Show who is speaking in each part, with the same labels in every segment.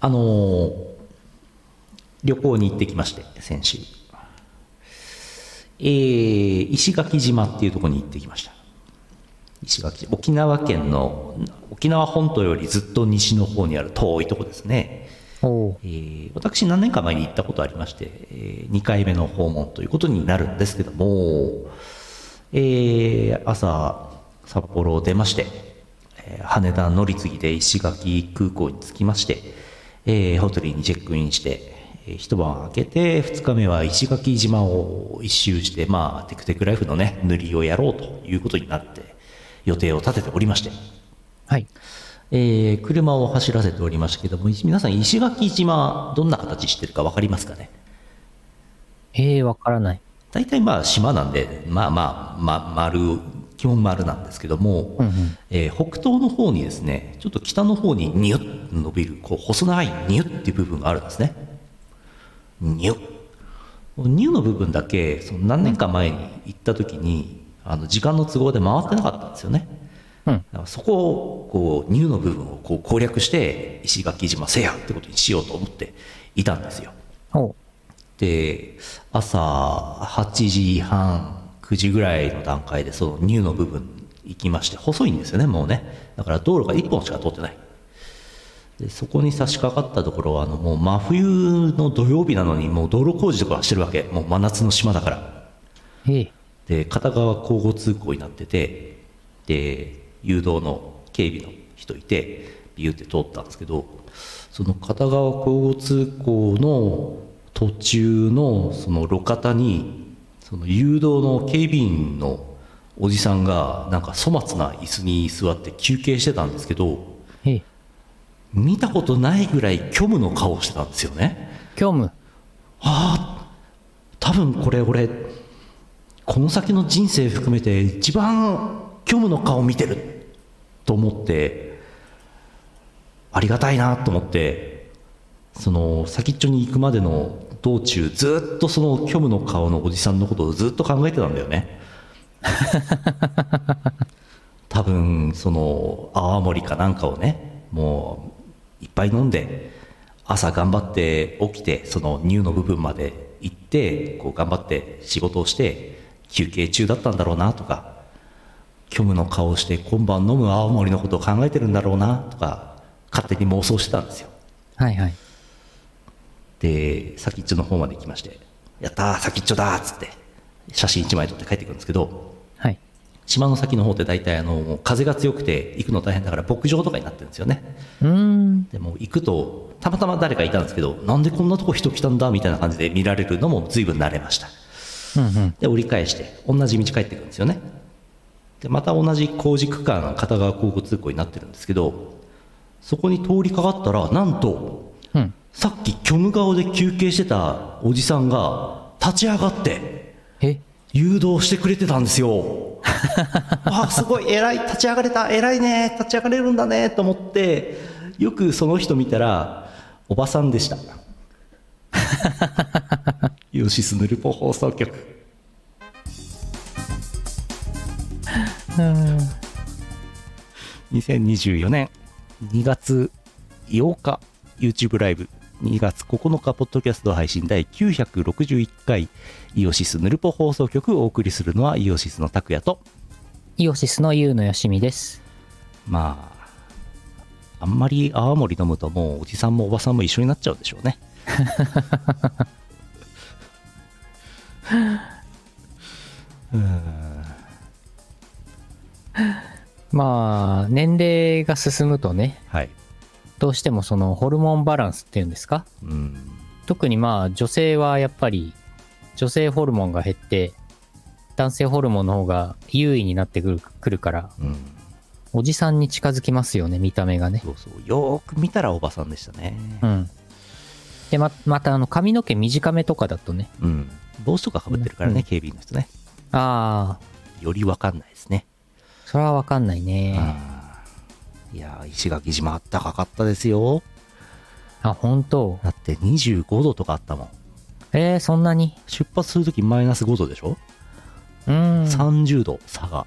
Speaker 1: あのー旅行に行ってきまして、先週。えー、石垣島っていうところに行ってきました。石垣沖縄県の沖縄本島よりずっと西の方にある遠いとこですね、
Speaker 2: おう
Speaker 1: えー私何年か前に行ったことありまして、え2回目の訪問ということになるんですけども、えー朝札幌を出まして、えー羽田乗り継ぎで石垣空港に着きまして、えーホテルにチェックインして、えー一晩明けて2日目は石垣島を一周して、まあ、テクテクライフのね塗りをやろうということになって予定を立てておりまして。
Speaker 2: はい。
Speaker 1: えー車を走らせておりましたけども、皆さん、石垣島、どんな形してるか分かりますかね。
Speaker 2: ええわからない。
Speaker 1: 大体まあ島なんで、まあまあ、ま、丸、基本丸なんですけども、
Speaker 2: うんうん
Speaker 1: えー北東の方にですね、ちょっと北の方にニュッと伸びる、こう細長いニュッっていう部分があるんですね。ニュッ。ニュの部分だけ、その何年か前に行った時に、あの時間の都合で回ってなかったんですよね。
Speaker 2: うん。
Speaker 1: だからそこをこうニューの部分をこう攻略して石垣島制覇ってことにしようと思っていたんですよ
Speaker 2: おう
Speaker 1: で朝8時半9時ぐらいの段階でそのニューの部分行きまして細いんですよねもうねだから道路が1本しか通ってないでそこに差し掛かったところはあのもう真冬の土曜日なのにもう道路工事とかしてるわけもう真夏の島だから
Speaker 2: ええ
Speaker 1: で片側交互通行になっててで誘導の警備の人いてビューって通ったんですけどその片側交互通行の途中のその路肩にその誘導の警備員のおじさんがなんか粗末な椅子に座って休憩してたんですけど
Speaker 2: ええ
Speaker 1: 見たことないぐらい虚無の顔をしてたんですよね。
Speaker 2: 虚無。
Speaker 1: ああ多分これ俺この先の人生含めて一番虚無の顔見てると思ってありがたいなと思ってその先っちょに行くまでの道中ずっとその虚無の顔のおじさんのことをずっと考えてたんだよね多分その泡盛かなんかをねもういっぱい飲んで朝頑張って起きてその乳の部分まで行ってこう頑張って仕事をして休憩中だったんだろうなとか虚無の顔をして今晩飲む青森のことを考えてるんだろうなとか勝手に妄想してたんですよ
Speaker 2: はいはい。
Speaker 1: で先っちょの方まで行きまして「やったー先っちょだ!」っつって写真1枚撮って帰ってくるんですけど
Speaker 2: はい。
Speaker 1: 島の先の方って大体あのもう風が強くて行くの大変だから牧場とかになってるんですよね
Speaker 2: うーん。
Speaker 1: でも行くとたまたま誰かいたんですけどなんでこんなとこ人来たんだみたいな感じで見られるのも随分慣れました
Speaker 2: うんうん。
Speaker 1: で折り返して同じ道帰ってくるんですよねでまた同じ工事区間片側交互通行になってるんですけどそこに通りかかったらなんと
Speaker 2: うん。
Speaker 1: さっき虚無顔で休憩してたおじさんが立ち上がって
Speaker 2: え
Speaker 1: 誘導してくれてたんですよあすごい偉い立ち上がれた偉いね立ち上がれるんだねと思ってよくその人見たらおばさんでしたヨシスヌルポ放送局
Speaker 2: うん。
Speaker 1: 2024年2月8日 YouTube ライブ2月9日ポッドキャスト配信第961回イオシスヌルポ放送局をお送りするのはイオシスの拓也と
Speaker 2: イオシスのユウのよしみです。
Speaker 1: まああんまり泡盛飲むともうおじさんもおばさんも一緒になっちゃうでしょ うね
Speaker 2: まあ、年齢が進むとね、
Speaker 1: はい
Speaker 2: どうしてもそのホルモンバランスっていうんですか
Speaker 1: うん
Speaker 2: 特にまあ女性はやっぱり女性ホルモンが減って男性ホルモンの方が優位になってくるくるから
Speaker 1: うん
Speaker 2: おじさんに近づきますよね見た目がね
Speaker 1: そうそうよーく見たらおばさんでしたね
Speaker 2: うんでままたあの髪の毛短めとかだとね
Speaker 1: うん帽子とかかぶってるからね、
Speaker 2: うん
Speaker 1: 警備員の人ね
Speaker 2: ああ
Speaker 1: よりわかんないですね
Speaker 2: それはわかんないね
Speaker 1: あーいやー石垣島あったかかったですよ
Speaker 2: あ本当
Speaker 1: だって25度とかあったもん
Speaker 2: えー、そんなに
Speaker 1: 出発するときマイナス5度でしょ、
Speaker 2: うーん
Speaker 1: 30度差が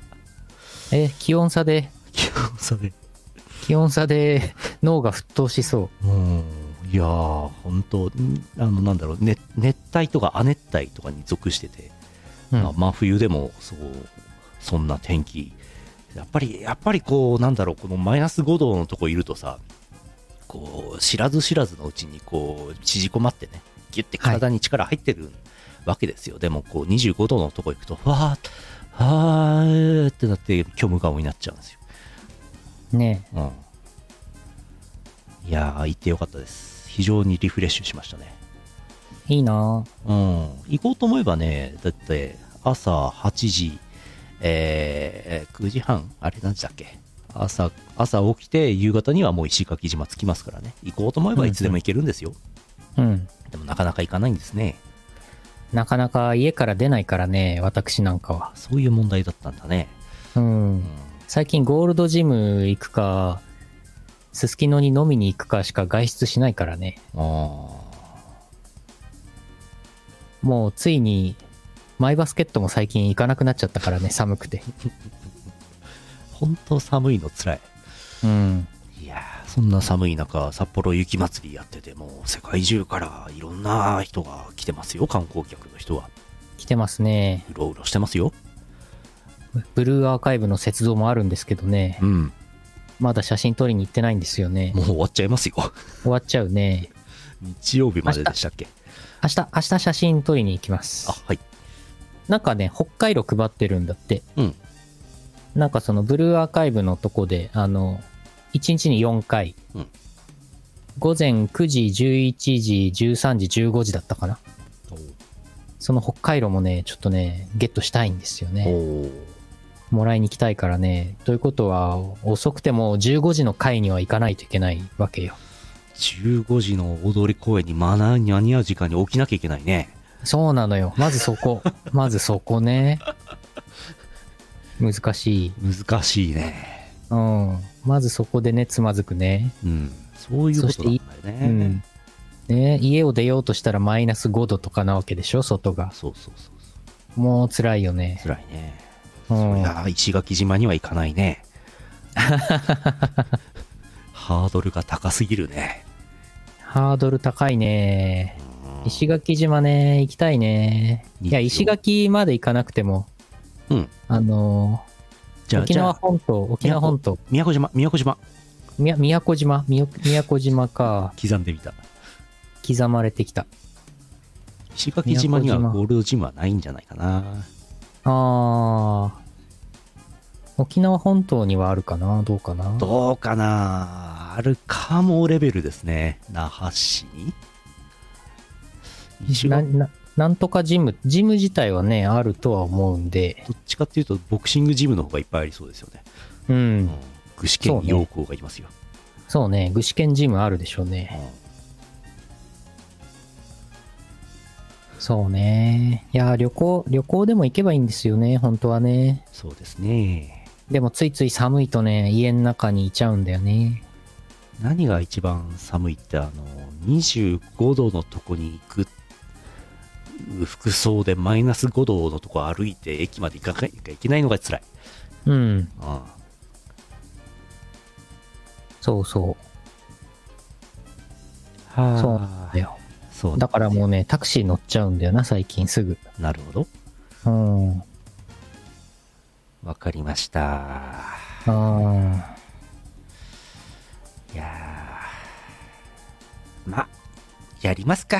Speaker 2: えー気温差で
Speaker 1: 気温差で
Speaker 2: 気温差で脳が沸騰しそ
Speaker 1: うんいやー、本当んあのなんだろう、ね、熱帯とか亜熱帯とかに属してて、
Speaker 2: うん
Speaker 1: まあ真冬でもそうそんな天気、やっぱり、やっぱりこう、なんだろう、このマイナス5度のとこいるとさ、こう知らず知らずのうちにこう縮こまってね、ぎゅって体に力入ってるわけですよ、でもこう25度のとこ行くと、わー、はーってなって、虚無顔になっちゃうんですよ。
Speaker 2: ね
Speaker 1: うん、いやー、行ってよかったです。非常にリフレッシュしましたね。
Speaker 2: いいなぁ
Speaker 1: うん、行こうと思えばね、だって朝8時、えー9時半、あれ何時だっけ朝朝起きて夕方にはもう石垣島着きますからね行こうと思えばいつでも行けるんですよ、
Speaker 2: うん。
Speaker 1: でもなかなか行かないんですね
Speaker 2: なかなか家から出ないからね、私なんかは。
Speaker 1: そういう問題だったんだね、
Speaker 2: うん
Speaker 1: うん。、
Speaker 2: 最近ゴールドジム行くか、すすきのに飲みに行くかしか外出しないからね。
Speaker 1: あ
Speaker 2: もうついに、マイバスケットも最近行かなくなっちゃったからね、寒くて。
Speaker 1: 本当寒いのつらい
Speaker 2: うん。
Speaker 1: いやーそんな寒い中、札幌雪まつりやってて、もう世界中からいろんな人が来てますよ、観光客の人は。
Speaker 2: 来てますね。
Speaker 1: うろうろしてますよ。
Speaker 2: ブルーアーカイブの雪像もあるんですけどね。
Speaker 1: うん。
Speaker 2: まだ写真撮りに行ってないんですよね。
Speaker 1: もう終わっちゃいますよ。
Speaker 2: 終わっちゃうね。
Speaker 1: 日曜日まででしたっけ
Speaker 2: 明日、明日写真撮りに行きます
Speaker 1: あ、。はい。
Speaker 2: なんかね、北海道配ってるんだって。
Speaker 1: うん。
Speaker 2: なんかそのブルーアーカイブのとこで、あの、1日に4回。
Speaker 1: うん
Speaker 2: 午前9時、11時、13時、15時だったかな。その北海道もね、ちょっとね、ゲットしたいんですよ
Speaker 1: お
Speaker 2: ね。
Speaker 1: おー
Speaker 2: もらいに行きたいからね。ということは、遅くても15時の回には行かないといけないわけよ。
Speaker 1: 15時の大通公園にマナーに間に合う時間に起きなきゃいけないね。
Speaker 2: そうなのよ。まずそ こ。まずそこね。難しい。
Speaker 1: 難しいね。
Speaker 2: うん。まずそこでね、つまずくね。
Speaker 1: うん。そういうことなんだよ
Speaker 2: う
Speaker 1: ね
Speaker 2: ん。。ね家を出ようとしたらマイナス5度とかなわけでしょ、外が。
Speaker 1: そうそうそうそ
Speaker 2: もう辛いよ
Speaker 1: う。
Speaker 2: ね。
Speaker 1: 辛いね。
Speaker 2: う
Speaker 1: そ
Speaker 2: ん
Speaker 1: り。ゃあ石垣島には行かない ねハードルが高すぎるね
Speaker 2: ハードル高いね。石垣島ね、行きたいね。いや、
Speaker 1: いいよ
Speaker 2: 石垣まで行かなくても、
Speaker 1: うん
Speaker 2: あの
Speaker 1: じゃあ
Speaker 2: 沖縄本島、沖縄本島、
Speaker 1: 宮古島宮古島
Speaker 2: みや宮古島、みよ宮古島か、
Speaker 1: 刻んでみた
Speaker 2: 刻まれてきた。
Speaker 1: 石垣島には
Speaker 2: 宮古
Speaker 1: ゴ
Speaker 2: 島
Speaker 1: ールドジムはないんじゃないかな
Speaker 2: あー。沖縄本島にはあるかなどうかな
Speaker 1: どうかなあるかもレベルですね那覇市に石
Speaker 2: な
Speaker 1: 垣
Speaker 2: ななんとかジム、ジム自体はね、あるとは思うんで、
Speaker 1: どっちかっていうとボクシングジムの方がいっぱいありそうですよね、
Speaker 2: う
Speaker 1: うん
Speaker 2: ん、
Speaker 1: 具志堅陽光がいますよ、
Speaker 2: そうね、具志堅ジムあるでしょうね。そうね。いやー、旅行、旅行でも行けばいいんですよね、本当はね
Speaker 1: う。んそうですね
Speaker 2: でもついつい寒いとね、家の中にいちゃうんだよね。
Speaker 1: 何が一番寒いってあの25度のとこに行く服装でマイナス5度のとこ歩いて駅まで行かなきゃいけないのが辛い、
Speaker 2: うん、
Speaker 1: うん、
Speaker 2: そうそそう
Speaker 1: は
Speaker 2: う。だよ。
Speaker 1: そう
Speaker 2: だからもうね、タクシー乗っちゃうんだよな、最近すぐ。
Speaker 1: なるほど
Speaker 2: うん。あ
Speaker 1: わかりました
Speaker 2: あ、
Speaker 1: いやーまやります か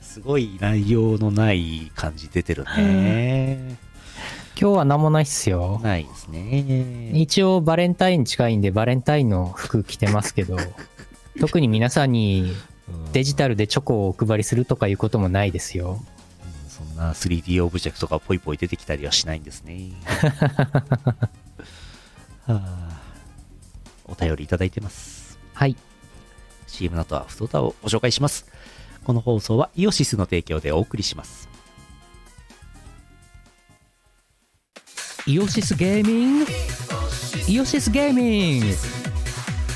Speaker 1: すごい内容のない感じ出てるね
Speaker 2: 今日は何もないっすよ。
Speaker 1: ないですね
Speaker 2: 一応バレンタイン近いんで、バレンタインの服着てますけ ど、特に皆さんに
Speaker 1: うん
Speaker 2: デジタルでチョコをお配りするとかいうこともないですよ。
Speaker 1: うんそんな 3D オブジェクトがポイポイ出てきたりはしないんですね。 はあ、お便りいただいてます。
Speaker 2: はい。
Speaker 1: CM の後はふとたをご紹介します。この放送はイオシスの提供でお送りします。
Speaker 2: イオシスゲーミングイオシスゲーミング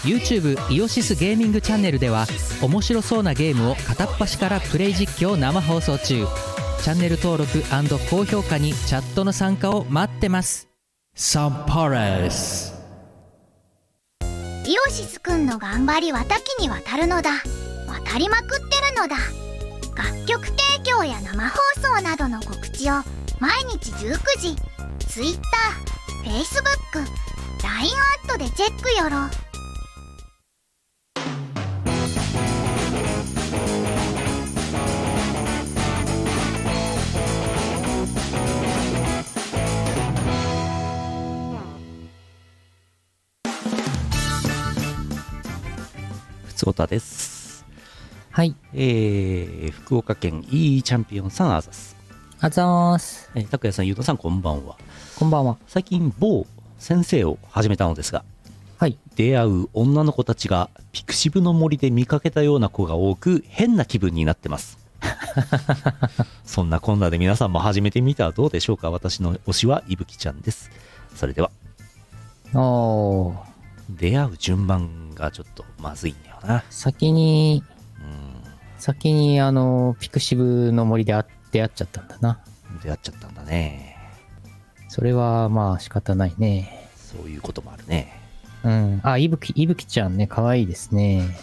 Speaker 2: YouTube イオシスゲーミングチャンネルでは面白そうなゲームを片っ端からプレイ実況生放送中チャンネル登録高評価にチャットの参加を待ってますサンパレス
Speaker 3: イイオシスくんの頑張りは多岐にわたるのだ渡りまくってるのだ楽曲提供や生放送などの告知を毎日19時 TwitterFacebookLINE アットでチェックよろ
Speaker 1: ふつおたです。
Speaker 2: はい。
Speaker 1: えー、福岡県 E チャンピオンさんあざす。
Speaker 2: あざーす。
Speaker 1: えー、拓也さん、ゆうとさん、こんばんは。
Speaker 2: こんばんは。
Speaker 1: 最近、某先生を始めたのですが、
Speaker 2: はい。
Speaker 1: 出会う女の子たちがピクシブの森で見かけたような子が多く変な気分になってます そんなこんなで皆さんも始めてみたらどうでしょうか私の推しはいぶきちゃんですそれでは
Speaker 2: おー。
Speaker 1: 出会う順番がちょっとまずいんだよな
Speaker 2: 先に、
Speaker 1: う
Speaker 2: 先にあの、ピクシブの森であ出会っちゃったんだな。
Speaker 1: ん出会っちゃったんだね
Speaker 2: それはまあ仕方ないね。
Speaker 1: そういうこともあるね
Speaker 2: うん。あ、いぶき、いぶきちゃんね、可愛いですね。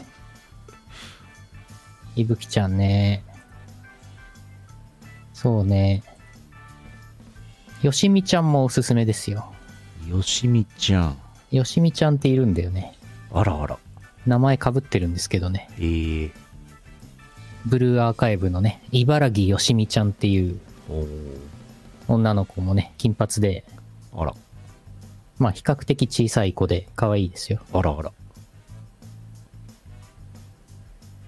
Speaker 2: いぶきちゃんね。そうね。よしみちゃんもおすすめですよ。
Speaker 1: よしみちゃん
Speaker 2: よしみちゃんっているんだよね。
Speaker 1: あらあら
Speaker 2: 名前かぶってるんですけどね。
Speaker 1: えー、
Speaker 2: ブルーアーカイブのね、茨城よしみちゃんっていう
Speaker 1: お
Speaker 2: 女の子もね、金髪で、
Speaker 1: ーあら
Speaker 2: まあ比較的小さい子で可愛いですよ。
Speaker 1: あらあら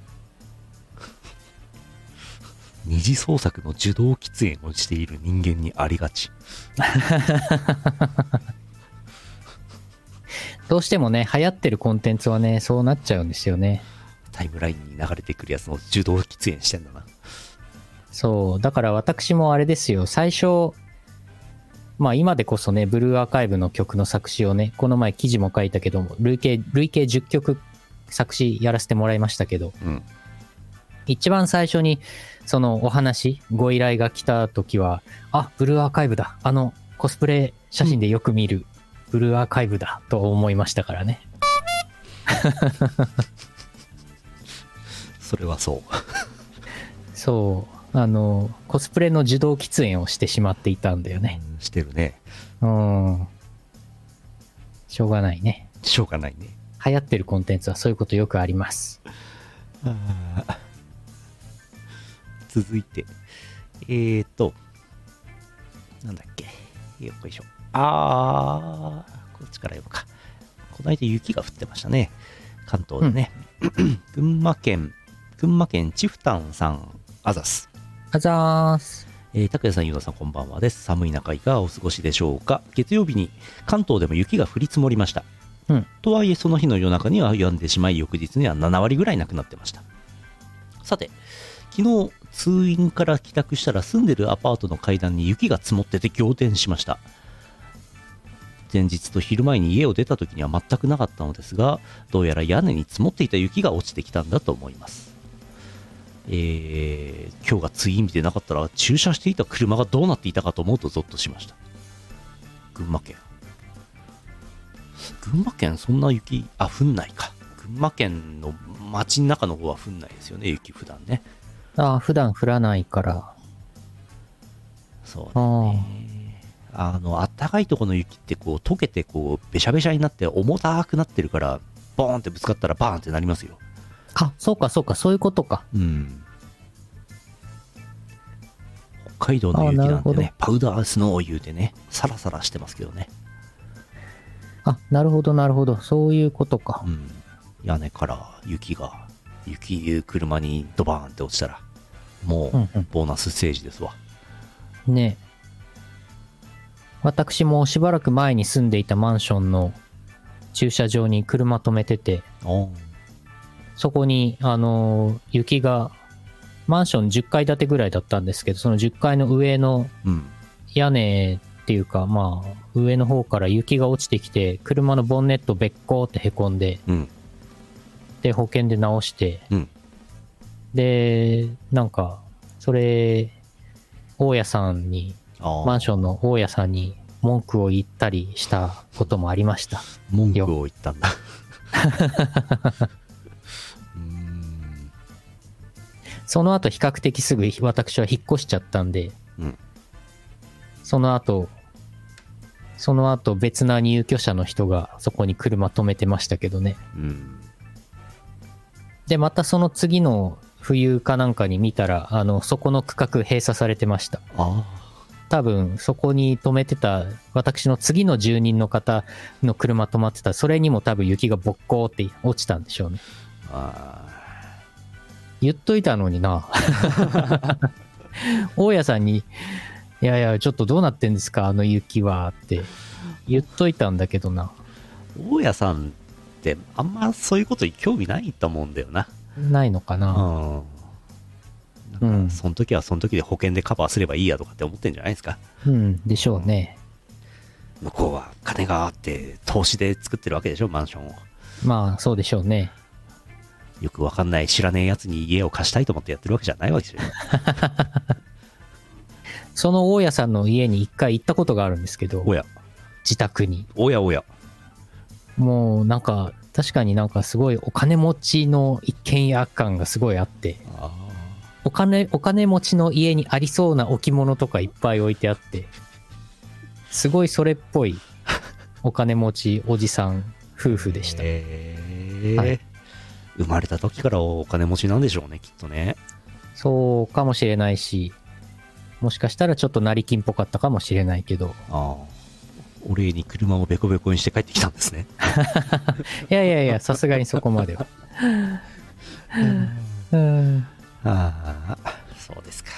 Speaker 1: 二次創作の受動喫煙をしている人間にありがち
Speaker 2: どうしてもね、流行ってるコンテンツはね、そうなっちゃうんですよね。
Speaker 1: タイムラインに流れてくるやつの受動喫煙してんだな
Speaker 2: そう。だから私もあれですよ、最初、まあ今でこそね、ブルーアーカイブの曲の作詞をね、この前記事も書いたけども、累計、累計10曲作詞やらせてもらいましたけど、
Speaker 1: うん
Speaker 2: 一番最初に、そのお話、ご依頼が来た時は、あ、ブルーアーカイブだ。あの、コスプレ写真でよく見る、ブルーアーカイブだ、と思いましたからね。
Speaker 1: それはそう
Speaker 2: そう。あの、コスプレの受動喫煙をしてしまっていたんだよね。
Speaker 1: うんしてるね
Speaker 2: うん。しょうがないね。
Speaker 1: しょうがないね
Speaker 2: 流行ってるコンテンツはそういうことよくあります。
Speaker 1: あー 続いて、えーと、なんだっけ、よっこいしょ。あー、こっちから読むか。この間雪が降ってましたね。関東でね。 群馬県、群馬県チフタンさん、あざす。
Speaker 2: あざーす。
Speaker 1: えー、拓也さん、ゆうなさん、こんばんはです。寒い中、いかがお過ごしでしょうか。月曜日に関東でも雪が降り積もりました。
Speaker 2: うん
Speaker 1: とはいえ、その日の夜中には止んでしまい、翌日には7割ぐらいなくなってました。さて、昨日、通院から帰宅したら、住んでるアパートの階段に雪が積もってて仰天しました。前日と昼前に家を出た時には全くなかったのですが、どうやら屋根に積もっていた雪が落ちてきたんだと思います。えー今日がツイン日でなかったら駐車していた車がどうなっていたかと思うとゾッとしました群馬県群馬県そんな雪あ降んないか群馬県の街の中の方は降んないですよね雪普段ね
Speaker 2: あー普段降らないから。
Speaker 1: そう
Speaker 2: あ
Speaker 1: ね
Speaker 2: ー
Speaker 1: あのあったかいとこの雪ってこう溶けてこうべしゃべしゃになって重たくなってるからボーンってぶつかったらバーンってなりますよ
Speaker 2: あ、そうかそうか、そういうことか。
Speaker 1: うん北海道の雪
Speaker 2: あな
Speaker 1: な
Speaker 2: る
Speaker 1: ん
Speaker 2: ほ
Speaker 1: て
Speaker 2: ど
Speaker 1: ね、パウダースノー言うてね、サラサラしてますけどね、
Speaker 2: あ、なるほどなるほど、そういうことか
Speaker 1: う。ん、屋根から雪が、雪、車にドバーンって落ちたら、も
Speaker 2: うんう
Speaker 1: うんボーナスステージですわ。
Speaker 2: ねえ私もしばらく前に住んでいたマンションの駐車場に車止めてて、
Speaker 1: おー
Speaker 2: そこに、あのー雪が、マンション10階建てぐらいだったんですけど、その10階の上の
Speaker 1: うん、
Speaker 2: 屋根っていうか、まあ、上の方から雪が落ちてきて、車のボンネットべっこーってへこんで、
Speaker 1: うん、
Speaker 2: で、保険で直して、
Speaker 1: うん、
Speaker 2: で、なんか、それ、大家さんに、
Speaker 1: あ
Speaker 2: マ
Speaker 1: あ
Speaker 2: ン、ションの大家さんに文句を言ったりしたこともありました。
Speaker 1: 文句を言ったんだ。 うん
Speaker 2: その後比較的すぐ私は引っ越しちゃったんで、
Speaker 1: うん
Speaker 2: その後、その後別な入居者の人がそこに車止めてましたけどね。
Speaker 1: うん
Speaker 2: で、またその次の冬かなんかに見たら、あの、そこの区画閉鎖されてました。
Speaker 4: あ
Speaker 2: 多分そこに止めてた私の次の住人の方の車止まってたそれにも多分雪がぼっこーって落ちたんでしょうね
Speaker 1: あ
Speaker 2: 言っといたのにな大家さんに「いやいやちょっとどうなってんですかあの雪は」って言っといたんだけどな
Speaker 1: ー大家さんってあんまそういうことに興味ないと思うんだよな
Speaker 2: ないのかな
Speaker 1: う
Speaker 2: うん
Speaker 1: なん
Speaker 2: ん
Speaker 1: かその時はその時で保険でカバーすればいいやとかって思ってんじゃないですか
Speaker 2: うんでしょうね
Speaker 1: 向こうは金があって投資で作ってるわけでしょマンションを
Speaker 2: まあそうでしょうね
Speaker 1: よくわかんない知らねえやつに家を貸したいと思ってやってるわけじゃないわけですよ
Speaker 2: その大家さんの家に一回行ったことがあるんですけど
Speaker 1: おや
Speaker 2: 自宅に
Speaker 1: おやおや
Speaker 2: もうなんか確かになんかすごいお金持ちの一軒家感がすごいあってお金お金持ちの家にありそうな置物とかいっぱい置いてあってすごいそれっ ぽいお金持ちおじさん夫婦でした、
Speaker 1: えー
Speaker 2: はい
Speaker 1: 生まれた時からお金持ちなんでしょうねきっとね
Speaker 2: そうかもしれないしもしかしたらちょっと成金っぽかったかもしれないけど
Speaker 1: ああお礼に車をベコベコにして帰ってきたんですね
Speaker 2: いやいや いやさすがにそこまではうん
Speaker 1: ああ、そうですか。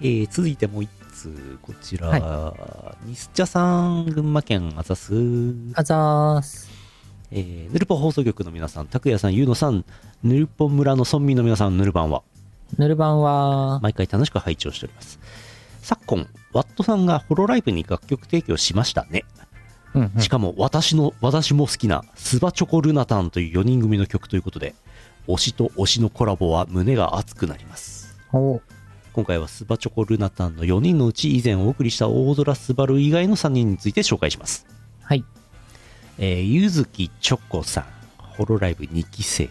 Speaker 1: えー続いてもう一通、こちら、ミスチャさん、群馬県あざす、
Speaker 2: あざーす
Speaker 1: えーヌルポ放送局の皆さん、拓也さん、ゆうのさん、ヌルポ村の村民の皆さん、ヌルバンは、
Speaker 2: ぬるばんは
Speaker 1: 毎回楽しく拝聴しております。昨今、ワットさんがホロライブに楽曲提供しましたね。
Speaker 2: うんうん
Speaker 1: しかも私の、私も好きなスバチョコルナタンという4人組の曲ということで、推しと推しのコラボは胸が熱くなります。
Speaker 2: お
Speaker 1: 今回はスバチョコルナタンの4人のうち以前お送りした大空スバル以外の3人について紹介します、
Speaker 2: はい
Speaker 1: えー、ゆずきちょこさんホロライブ2期生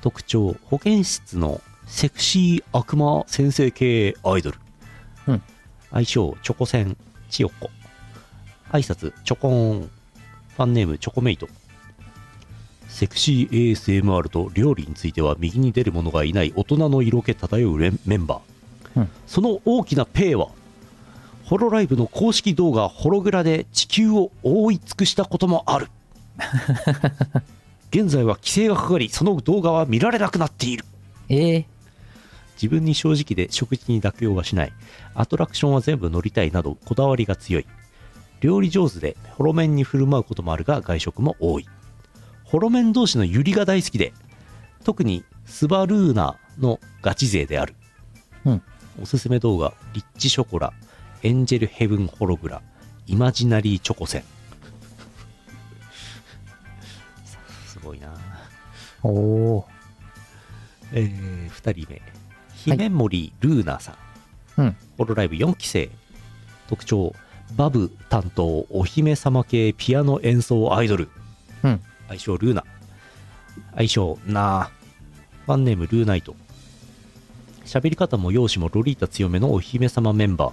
Speaker 1: 特徴保健室のセクシー悪魔先生系アイドル、
Speaker 2: うん
Speaker 1: 愛称チョコセン千代子挨拶チョコーンファンネームチョコメイトセクシー ASMR と料理については右に出る者がいない大人の色気漂うレンメンバー、
Speaker 2: うん
Speaker 1: その大きなペイはホロライブの公式動画ホログラで地球を覆い尽くしたこともある現在は規制がかかりその動画は見られなくなっている
Speaker 2: ええ
Speaker 1: 自分に正直で食事に妥協はしないアトラクションは全部乗りたいなどこだわりが強い料理上手でホロ麺に振る舞うこともあるが外食も多いホロ麺同士のユリが大好きで特にスバルーナのガチ勢である、
Speaker 2: うん
Speaker 1: おすすめ動画リッチショコラエンジェルヘブンホログライマジナリーチョコセン すごいな
Speaker 2: おお
Speaker 1: えー、2人目姫森ルーナさん、
Speaker 2: ーうん
Speaker 1: ホロライブ4期生特徴バブ担当お姫様系ピアノ演奏アイドル、
Speaker 2: うん
Speaker 1: 愛称ルーナ愛称なあファンネームルーナイト喋り方も容姿もロリータ強めのお姫様メンバー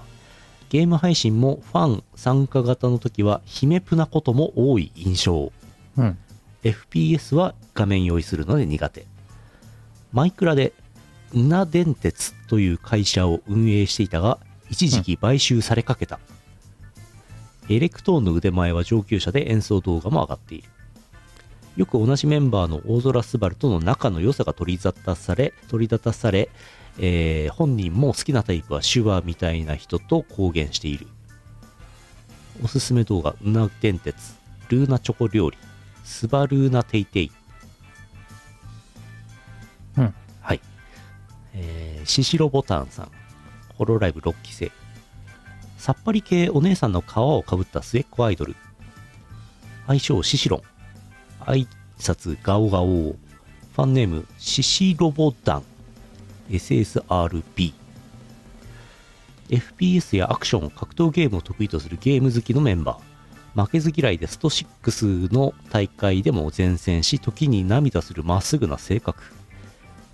Speaker 1: ゲーム配信もファン参加型の時は姫プなことも多い印象
Speaker 2: うん。
Speaker 1: FPS は画面用意するので苦手マイクラでうな電鉄という会社を運営していたが一時期買収されかけた、エレクトーンの腕前は上級者で演奏動画も上がっているよく同じメンバーの大空すばるとの仲の良さが取り沙汰され取り立たされ、えー本人も好きなタイプは手話みたいな人と公言しているおすすめ動画うな電鉄ルーナチョコ料理スバルーナテイテイ。
Speaker 2: うん
Speaker 1: はい。えー、シシロボタンさん。ホロライブ6期生。さっぱり系お姉さんの皮をかぶった末っ子アイドル。愛称シシロン。挨拶ガオガオ。ファンネームシシロボダン。SSRB。FPS やアクション、格闘ゲームを得意とするゲーム好きのメンバー。負けず嫌いでスト6の大会でも善戦し時に涙するまっすぐな性格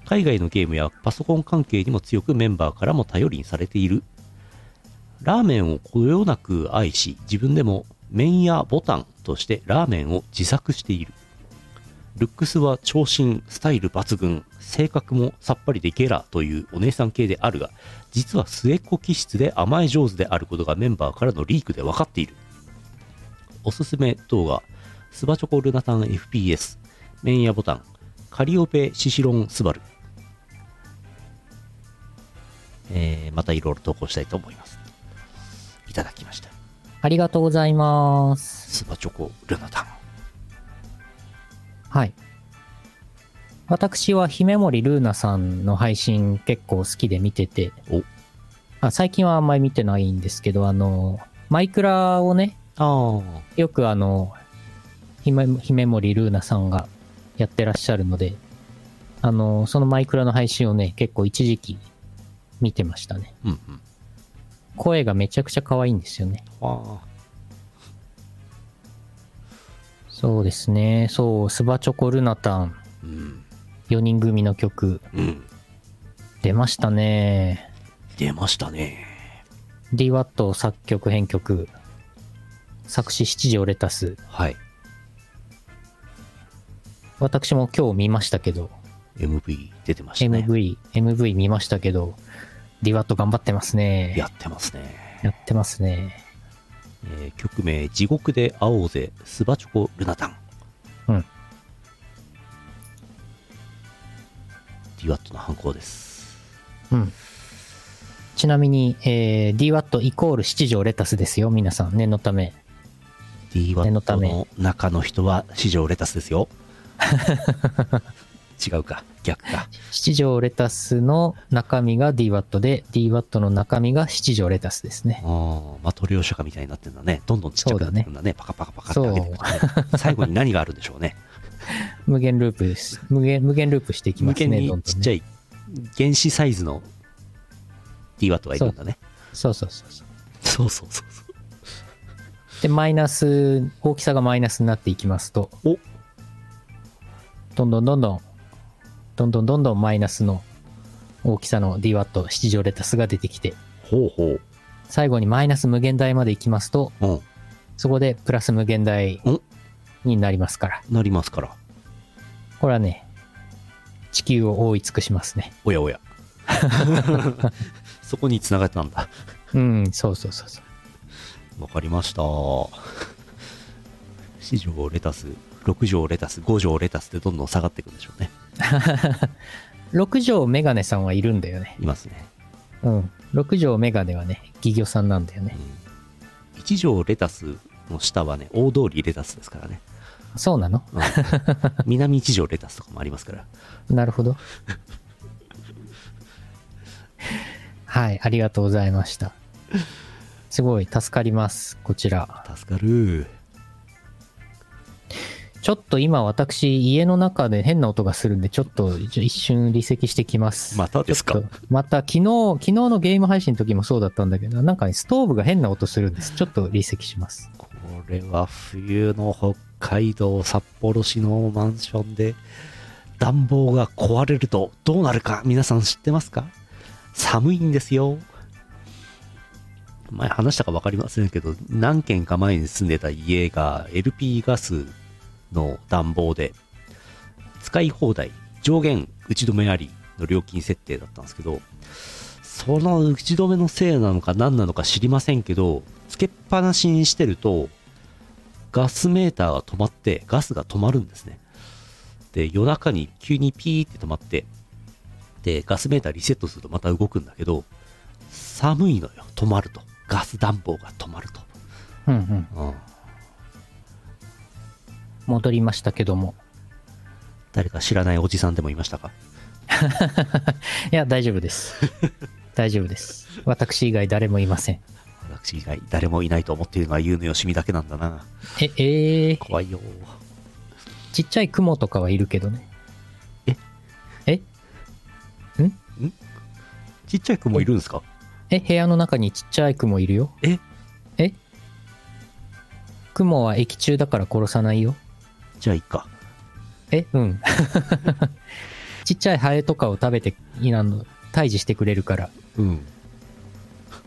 Speaker 1: 海外のゲームやパソコン関係にも強くメンバーからも頼りにされているラーメンをこよなく愛し自分でも麺やボタンとしてラーメンを自作しているルックスは長身スタイル抜群性格もさっぱりでゲラというお姉さん系であるが実は末っ子気質で甘え上手であることがメンバーからのリークで分かっているおすすめ動画スバチョコルナタン FPS メンヤボタンカリオペシシロンスバルえーまたいろいろ投稿したいと思いますいただきました
Speaker 2: ありがとうございます。
Speaker 1: スバチョコルナタン
Speaker 2: はい。私は姫森ルーナさんの配信結構好きで見てて
Speaker 1: お、
Speaker 2: あ最近はあんまり見てないんですけど、あの、マイクラをね、
Speaker 1: あ
Speaker 2: よくあの、姫姫森ルーナさんがやってらっしゃるので、あの、そのマイクラの配信をね、結構一時期見てましたね。
Speaker 1: あうんうん
Speaker 2: 声がめちゃくちゃ可愛いんですよね。
Speaker 1: あ
Speaker 2: そうですね。そう、スバチョコルナタン、
Speaker 1: ーうん
Speaker 2: 4人組の曲、
Speaker 1: うん
Speaker 2: 出ましたね。
Speaker 1: 出ましたね
Speaker 2: DWAT 作曲編曲作詞七条レタス
Speaker 1: はい
Speaker 2: 私も今日見ましたけど
Speaker 1: MV 出てましたね
Speaker 2: MVMV、MV 見ましたけど DWAT 頑張ってますね
Speaker 1: やってますね、
Speaker 2: やってますね
Speaker 1: えー曲名「地獄で会おうぜスバチョコルナタン」
Speaker 2: うん
Speaker 1: DWAT の犯行です
Speaker 2: うんちなみに、えー、DWAT イコール七条レタスですよ皆さん念のため
Speaker 1: DWAT
Speaker 2: 念のため
Speaker 1: の中の人は史上レタスです よ違うか逆か
Speaker 2: 七条レタスの中身が DWAT で DWAT の中身が七条レタスですね
Speaker 1: あーマトリョーシャカみたいになってるんだねどんどんちっちゃくなってくんだねパカパカパカって開けていくとね最後に何があるんでしょう ね
Speaker 2: 無限ループです無限無限ループしていき
Speaker 1: 無
Speaker 2: ますね
Speaker 1: 限
Speaker 2: どん
Speaker 1: に
Speaker 2: ど
Speaker 1: ち
Speaker 2: ん
Speaker 1: っ
Speaker 2: ね
Speaker 1: ちゃい原子サイズの DWAT がいるんだね
Speaker 2: そうそうそうそう
Speaker 1: そうそうそうそう
Speaker 2: で、マイナス、大きさがマイナスになっていきますと、
Speaker 1: お
Speaker 2: どんどんどんどん、どんどんどんどんマイナスの大きさの DW、七条レタスが出てきて、
Speaker 1: ほうほ
Speaker 2: 最後にマイナス無限大までいきますと、
Speaker 1: ううん
Speaker 2: そこでプラス無限大
Speaker 1: お
Speaker 2: になりますから、
Speaker 1: なりますから
Speaker 2: これはね、地球を覆い尽くしますね。
Speaker 1: おやおやそこに繋がってたんだ
Speaker 2: うん、そうそうそうそう。
Speaker 1: わかりました四条レタス6条レタス5条レタスってどんどん下がっていくんでしょうね
Speaker 2: 六条メガネさんはいるんだよね。
Speaker 1: いますね、
Speaker 2: うん。六条メガネはね、ギギョさんなんだよね。
Speaker 1: うん、1条レタスの下はね大通りレタスですからね、
Speaker 2: そうなの
Speaker 1: うん南一条レタスとかもありますから
Speaker 2: なるほど。 はい、ありがとうございました。すごい助かります、こちら。
Speaker 1: 助かる
Speaker 2: ちょっと今私、家の中で変な音がするんで、ちょっと一瞬離席してきます。
Speaker 1: またですか
Speaker 2: ちょっとまた昨日、昨日のゲーム配信の時もそうだったんだけど、なんかね、ストーブが変な音するんです。ちょっと離席します。
Speaker 1: これは冬の北海道札幌市のマンションで暖房が壊れるとどうなるか皆さん知ってますか寒いんですよ前話したか分かりませんけど何軒か前に住んでた家が LP ガスの暖房で使い放題上限打ち止めありの料金設定だったんですけどその打ち止めのせいなのか何なのか知りませんけどつけっぱなしにしてるとガスメーターが止まってガスが止まるんですねで夜中に急にピーって止まってでガスメーターリセットするとまた動くんだけど寒いのよ止まるとガス暖房が止まると、
Speaker 2: うんうん。
Speaker 1: うん、
Speaker 2: 戻りましたけども。
Speaker 1: 誰か知らないおじさんでもいましたか
Speaker 2: いや、大丈夫です。大丈夫です。私以外誰もいません。
Speaker 1: 私以外誰もいないと思っているのは優のよしみだけなんだな
Speaker 2: え、えー、
Speaker 1: 怖いよ
Speaker 2: ちっちゃい雲とかはいるけどね。
Speaker 1: え
Speaker 2: え
Speaker 1: ちっちゃい子もいるんですか
Speaker 2: え、部屋の中にちっちゃい雲いるよ。
Speaker 1: え
Speaker 2: え雲は駅中だから殺さないよ。
Speaker 1: じゃあいいか
Speaker 2: えうん。 ちっちゃいハエとかを食べて、いなの、退治してくれるから、
Speaker 1: うん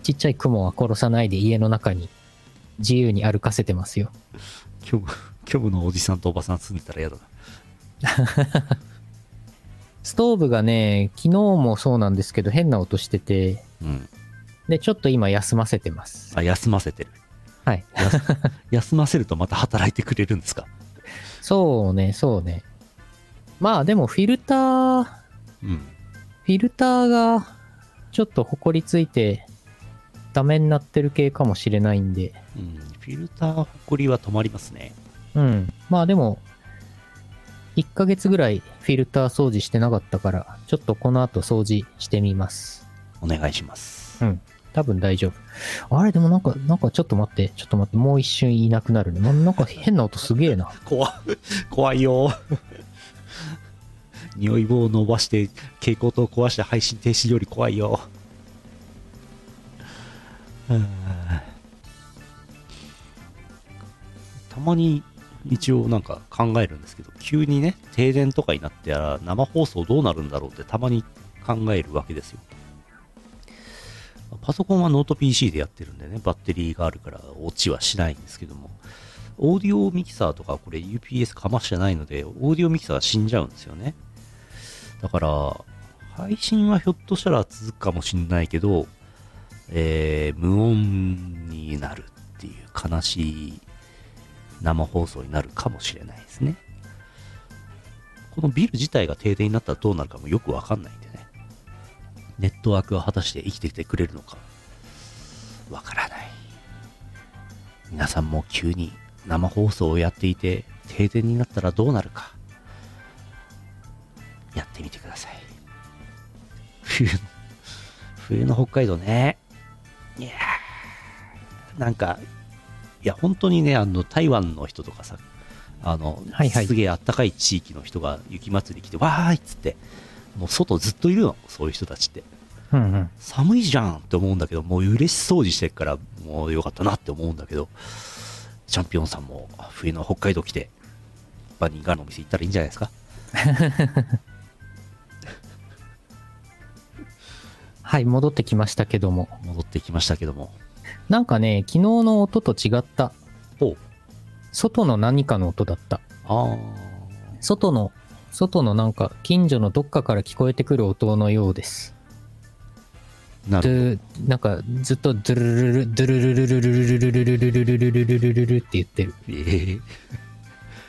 Speaker 2: ちっちゃい雲は殺さないで家の中に自由に歩かせてますよ。
Speaker 1: 虚無 虚無のおじさんとおばさん住んでたら嫌だな
Speaker 2: ストーブがね、昨日もそうなんですけど、変な音してて、
Speaker 1: うん
Speaker 2: で、ちょっと今休ませてます。
Speaker 1: あ休ませてる
Speaker 2: はい。
Speaker 1: 休 ませるとまた働いてくれるんですか
Speaker 2: そうね、そうね。まあでもフィルター、フ
Speaker 1: うん
Speaker 2: ィルターがちょっと埃ついてダメになってる系かもしれないんで、
Speaker 1: うん、フィルターほこりは止まりますね。
Speaker 2: うん。まあでも、1ヶ月ぐらいフィルター掃除してなかったから、ちょっとこの後掃除してみます。
Speaker 1: お願いします。
Speaker 2: 多分大丈夫。あれ、でもなんか、なんかちょっと待って、ちょっと待って、もう一瞬いなくなるね。ななんか変な音すげえな。
Speaker 1: 怖い、怖いよ。匂い棒を伸ばして、蛍光灯を壊して配信停止より怖いよ。うんたまに一応なんか考えるんですけど、急にね、停電とかになってたら生放送どうなるんだろうってたまに考えるわけですよ。パソコンはノート PC でやってるんでね、バッテリーがあるから落ちはしないんですけども、オーディオミキサーとかこれ UPS かましてないので、オーディオミキサーが死んじゃうんですよね。だから、配信はひょっとしたら続くかもしんないけど、えー、無音になるっていう悲しい生放送になるかもしれないですね。このビル自体が停電になったらどうなるかもよくわかんないんでね。ネットワークは果たして生きてきてくれるのか、わからない。皆さんも急に生放送をやっていて停電になったらどうなるかやってみてください冬の冬の北海道ねいやーなんかいや本当にねあの台湾の人とかさあの、
Speaker 2: はいはい
Speaker 1: すげえあったかい地域の人が雪祭り来てわーいっつってもう外ずっといるのそういう人たちって
Speaker 2: うんうん。
Speaker 1: 寒いじゃんって思うんだけど、もう嬉しそうにしてるから、もうよかったなって思うんだけど、チャンピオンさんも冬の北海道来て、バニーガーのお店行ったらいいんじゃないですか。
Speaker 2: はい、戻ってきましたけども。
Speaker 1: 戻ってきましたけども。
Speaker 2: なんかね、昨日の音と違った。
Speaker 1: ほう
Speaker 2: 外の何かの音だった。
Speaker 1: あ
Speaker 2: 外の、外のなんか、近所のどっかから聞こえてくる音のようです。
Speaker 1: あ、な
Speaker 2: ド
Speaker 1: る
Speaker 2: ゥなんか、ずっとドゥルルルル、ドゥルルルルルルルルルルルルルルルルルルって言ってる。
Speaker 1: えー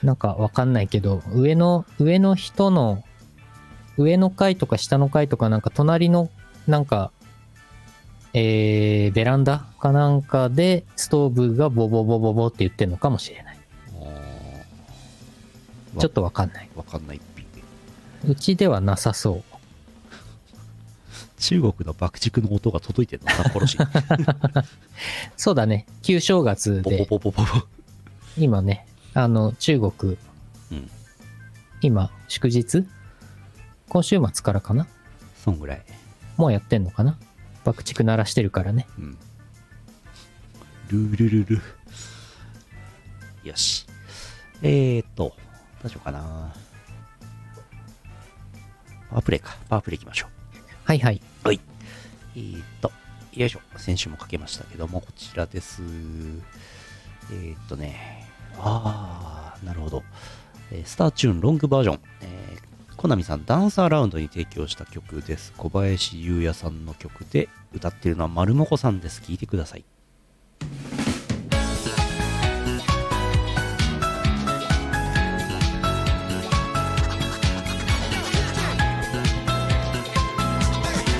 Speaker 2: なんかわかんないけど、上の、上の人の、上の階とか下の階とかなんか隣の、なんか、えー、ベランダかなんかでストーブがボボボボボって言ってるのかもしれない。
Speaker 1: あ
Speaker 2: ちょっとわかんない。
Speaker 1: ーわかんないっぴ。
Speaker 2: うちではなさそう。
Speaker 1: 中国の爆竹の音が届いてるの、札幌 市。
Speaker 2: そうだね。旧正月
Speaker 1: ポポ
Speaker 2: で、
Speaker 1: ポポポポ。
Speaker 2: 今ね、あの、中国、
Speaker 1: うん
Speaker 2: 今、祝日今週末からかな
Speaker 1: そんぐらい。
Speaker 2: もうやってんのかな爆竹鳴らしてるからね。
Speaker 1: うん。ルルルル。よし。えーっと、どうしようかな。パワープレイか。パワープレイ行きましょう。
Speaker 2: はいはい。
Speaker 1: えーっと、よいしょ。先週もかけましたけども、こちらです。えーっとね、あー、なるほど。えースターチューンロングバージョン。えー、コナミさん、ダンサーラウンドに提供した曲です。小林優也さんの曲で、歌ってるのは丸もこさんです。聴いてください。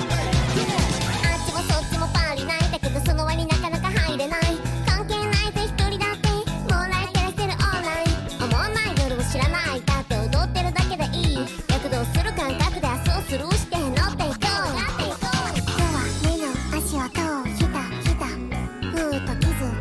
Speaker 3: あっちもそっちもパーリーないだけどその輪になかなか入れない関係ないぜ一人だってもうライ照らしてるオーライ思わない夜を知らないだって踊ってるだけでいい躍動する感覚で明日をスルーして乗っていこう今日は目の足をとひたひた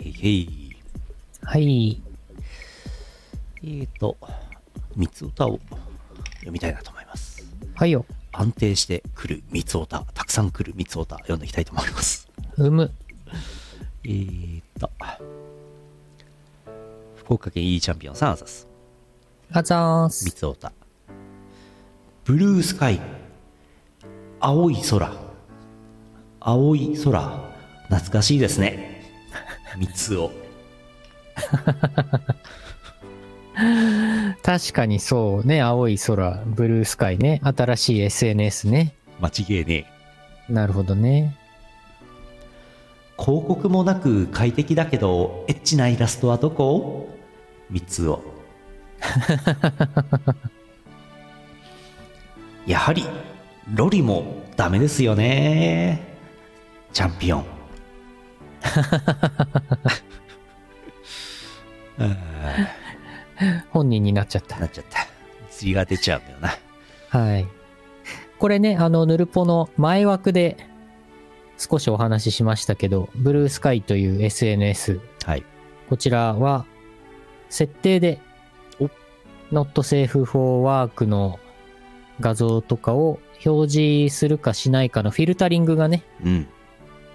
Speaker 1: へい。
Speaker 2: はい。
Speaker 1: えーと、三つ歌を読みたいなと思います。
Speaker 2: はいよ。
Speaker 1: 安定してくる三つ歌、たくさん来る三つ歌、読んでいきたいと思います。
Speaker 2: うむ。
Speaker 1: えーっと、福岡県 E チャンピオンさん、アザス、
Speaker 2: あざー
Speaker 1: 三
Speaker 2: す。
Speaker 1: つおた。ブルースカイ、青い空、青い空、懐かしいですね。三つお。
Speaker 2: 確かにそうね。青い空、ブルースカイね。新しい SNS ね。
Speaker 1: 間違えねえ。
Speaker 2: なるほどね。
Speaker 1: 広告もなく快適だけど、エッチなイラストはどこ三つ お。やはり、ロリもダメですよね。チャンピオン。
Speaker 2: 本人になっちゃった。
Speaker 1: なっちゃった。釣りが出ちゃうんだよな。
Speaker 2: はい。これね、あの、ヌルポの前枠で少しお話ししましたけど、ブルースカイという SNS、
Speaker 1: はい。
Speaker 2: こちらは、設定で、Not Safe for Work の画像とかを表示するかしないかのフィルタリングがね、
Speaker 1: うん。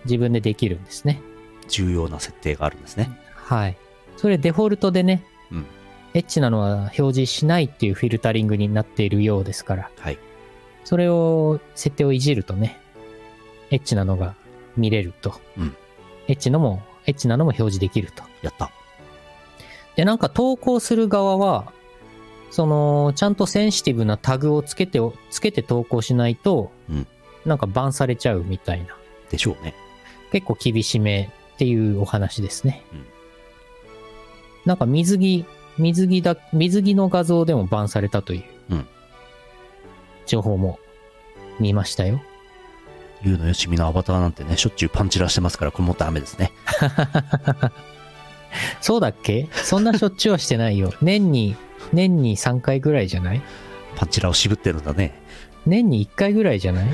Speaker 2: 自分でできるんですね。
Speaker 1: 重要な設定があるんですね。
Speaker 2: はい。それデフォルトでね、
Speaker 1: うん
Speaker 2: エッチなのは表示しないっていうフィルタリングになっているようですから、
Speaker 1: はい。
Speaker 2: それを、設定をいじるとね、エッチなのが見れると。
Speaker 1: うん
Speaker 2: エッチのも、エッチなのも表示できると。
Speaker 1: やった。
Speaker 2: で、なんか投稿する側は、その、ちゃんとセンシティブなタグをつけてお、つけて投稿しないと、
Speaker 1: うん
Speaker 2: なんかバンされちゃうみたいな。
Speaker 1: でしょうね。
Speaker 2: 結構厳しめっていうお話ですね。
Speaker 1: うん
Speaker 2: なんか水着、水着だ、水着の画像でもバンされたという、
Speaker 1: うん
Speaker 2: 情報も見ましたよ。
Speaker 1: ゆうのよしみのアバターなんてね、しょっちゅうパンチラしてますから、これもダメですね。
Speaker 2: そうだっけそんなしょっちゅうはしてないよ。年に、年に3回ぐらいじゃない
Speaker 1: パンチラを渋ってるんだね。
Speaker 2: 年に1回ぐらいじゃない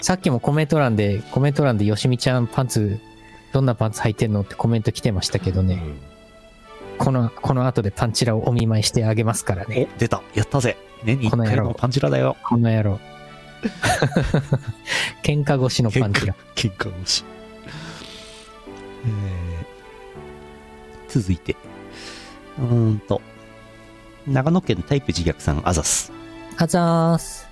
Speaker 2: さっきもコメント欄で、コメント欄でよしみちゃんパンツ、どんなパンツ履いてんのってコメント来てましたけどね。
Speaker 1: うん
Speaker 2: この、この後でパンチラをお見舞いしてあげますからね。
Speaker 1: 出たやったぜ年に一回
Speaker 2: この野
Speaker 1: の
Speaker 2: 郎
Speaker 1: パンチラだよ
Speaker 2: この野郎。喧嘩越しのパンチラ。
Speaker 1: 喧嘩をし、えー続いてうーんと長野県タイプ自虐さんあざす
Speaker 2: あざーす。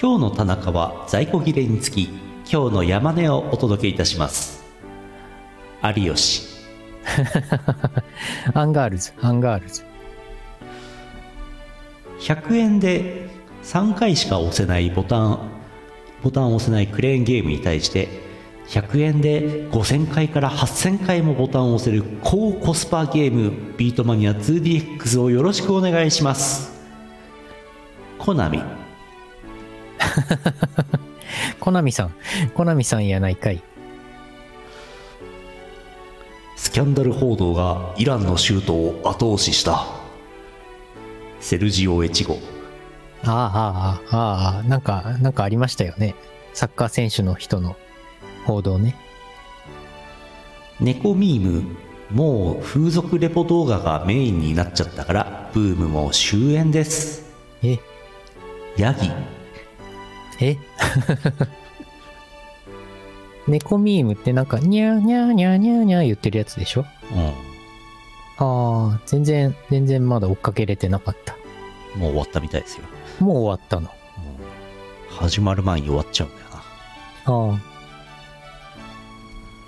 Speaker 1: 今日の田中は在庫切れにつき今日の山根をお届けいたします有吉
Speaker 2: アンガールズ、アンガールズ。
Speaker 1: 100円で3回しか押せないボタンボタンを押せないクレーンゲームに対して100円で5000回から8000回もボタンを押せる高コスパゲームビートマニア 2DX をよろしくお願いしますコナミ
Speaker 2: コナミさん。コナミさんやないかい。
Speaker 1: スキャンダル報道がイランのシュートを後押ししたセルジオ・エチゴ
Speaker 2: ああ、ああ、ああ、ああ、なんか、なんかありましたよね。サッカー選手の人の報道ね。
Speaker 1: 猫ミームもう風俗レポ動画がメインになっちゃったからブームも終焉です
Speaker 2: え、
Speaker 1: ヤギ
Speaker 2: え 猫ミームってなんか、にゃーにゃーにゃーにゃーにゃー言ってるやつでしょ
Speaker 1: う
Speaker 2: ああ、全然、全然まだ追っかけれてなかった。
Speaker 1: んもう終わったみたいですよ
Speaker 2: もう終わったの。
Speaker 1: 始まる前に終わっちゃうんだよな
Speaker 2: ああ、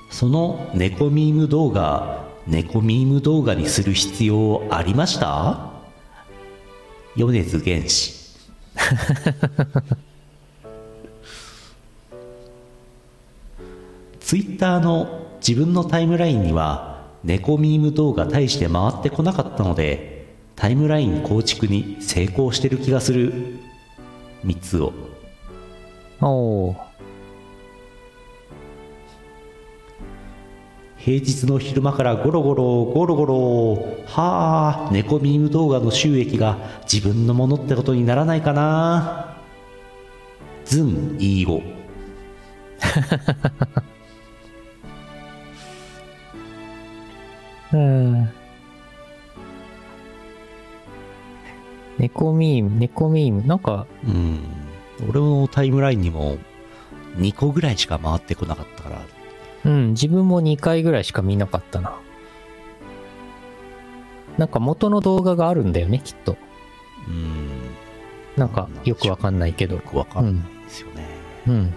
Speaker 1: その猫ミーム動画猫ミーム動画にする必要ありました米津玄師 ツイッターの自分のタイムラインには猫ミーム動画大して回ってこなかったのでタイムライン構築に成功してる気がする三つを
Speaker 2: おお
Speaker 1: 平日の昼間からゴロゴロゴロゴロはあ猫ミーム動画の収益が自分のものってことにならないかなズン飯尾
Speaker 2: うん。猫ミーム、猫ミーム。なんか、
Speaker 1: うん俺のタイムラインにも2個ぐらいしか回ってこなかったから
Speaker 2: うん、自分も2回ぐらいしか見なかったな。なんか元の動画があるんだよね、きっと。
Speaker 1: うん
Speaker 2: なんかよくわかんないけど
Speaker 1: よ。くわかんないですよね、
Speaker 2: うん。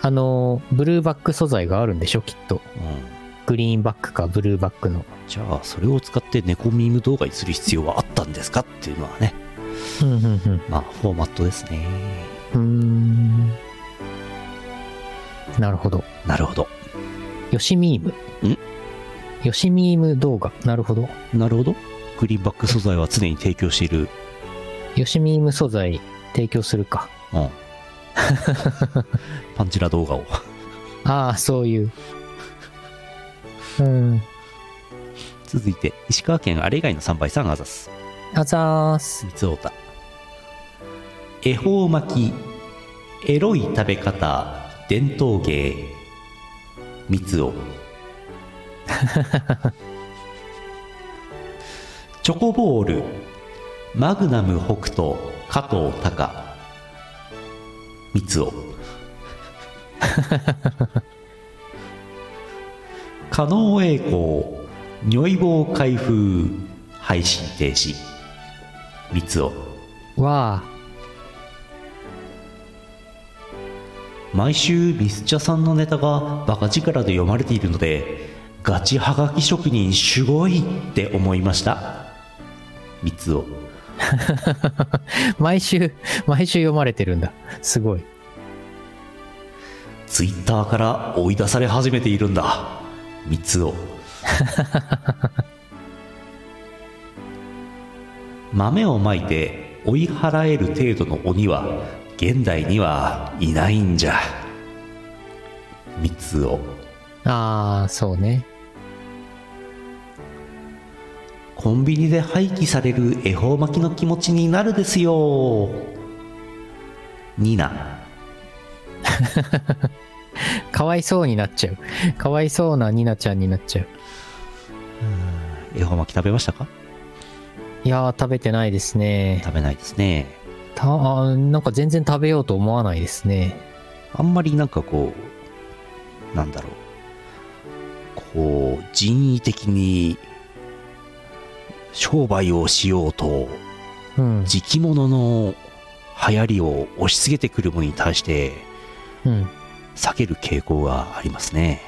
Speaker 2: あの、ブルーバック素材があるんでしょ、きっと。
Speaker 1: うん
Speaker 2: グリーンバックかブルーバックの。
Speaker 1: じゃあそれを使って猫ミーム動画にする必要はあったんですかっていうのはね
Speaker 2: うん、うん、うん。
Speaker 1: まあフォーマットですね
Speaker 2: うーん。なるほど。
Speaker 1: なるほど
Speaker 2: ヨシミーム。
Speaker 1: ん
Speaker 2: ヨシミーム動画。なるほど。
Speaker 1: なるほどグリーンバック素材は常に提供している、
Speaker 2: ヨシミーム素材提供するか。
Speaker 1: うん パンチラ動画を
Speaker 2: ああ、そういう。うん。
Speaker 1: 続いて石川県あれ以外の3倍さんあざす
Speaker 2: あざーす。
Speaker 1: 三つおた恵方巻きエロい食べ方伝統芸三つお チョコボールマグナム北斗加藤隆三つお 加納栄光如意棒開封配信停止三つお
Speaker 2: わ
Speaker 1: 毎週ミスチャさんのネタがバカ力で読まれているのでガチハガキ職人すごいって思いました三つお
Speaker 2: あ。毎週、 毎週読まれてるんだ。すごい。
Speaker 1: ツイッターから追い出され始めているんだ三つお豆をまいて追い払える程度の鬼は現代にはいないんじゃ三つお
Speaker 2: ああ、そうね。
Speaker 1: コンビニで廃棄される恵方巻きの気持ちになるですよニナ
Speaker 2: かわいそうになっちゃう。かわいそうなニナちゃんになっちゃう。
Speaker 1: 恵方巻き食べましたか
Speaker 2: いやー、食べてないですね。
Speaker 1: 食べないですね
Speaker 2: た、あーなんか全然食べようと思わないですね。
Speaker 1: あんまりなんかこうなんだろうこう人為的に商売をしようと
Speaker 2: うん。
Speaker 1: 時期物の流行りを押し付けてくるものに対して
Speaker 2: うん。
Speaker 1: 避ける傾向がありますね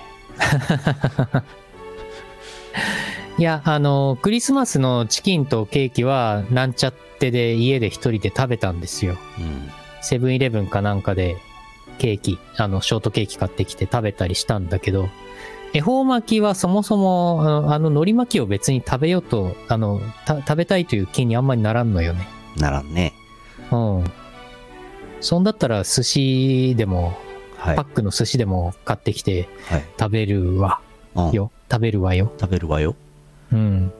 Speaker 2: いや、あの、クリスマスのチキンとケーキは、なんちゃってで家で一人で食べたんですよ。
Speaker 1: うん
Speaker 2: セブンイレブンかなんかで、ケーキ、あの、ショートケーキ買ってきて食べたりしたんだけど、恵方巻きはそもそも、あの、あの海苔巻きを別に食べようと、あの、た食べたいという気にあんまりならんのよね。
Speaker 1: ならんね
Speaker 2: うん。そんだったら寿司でも、
Speaker 1: はい
Speaker 2: パックの寿司でも買ってきて
Speaker 1: はい、
Speaker 2: 食べるわ
Speaker 1: うん、
Speaker 2: よ。食べるわよ。
Speaker 1: 食べるわよ
Speaker 2: うん。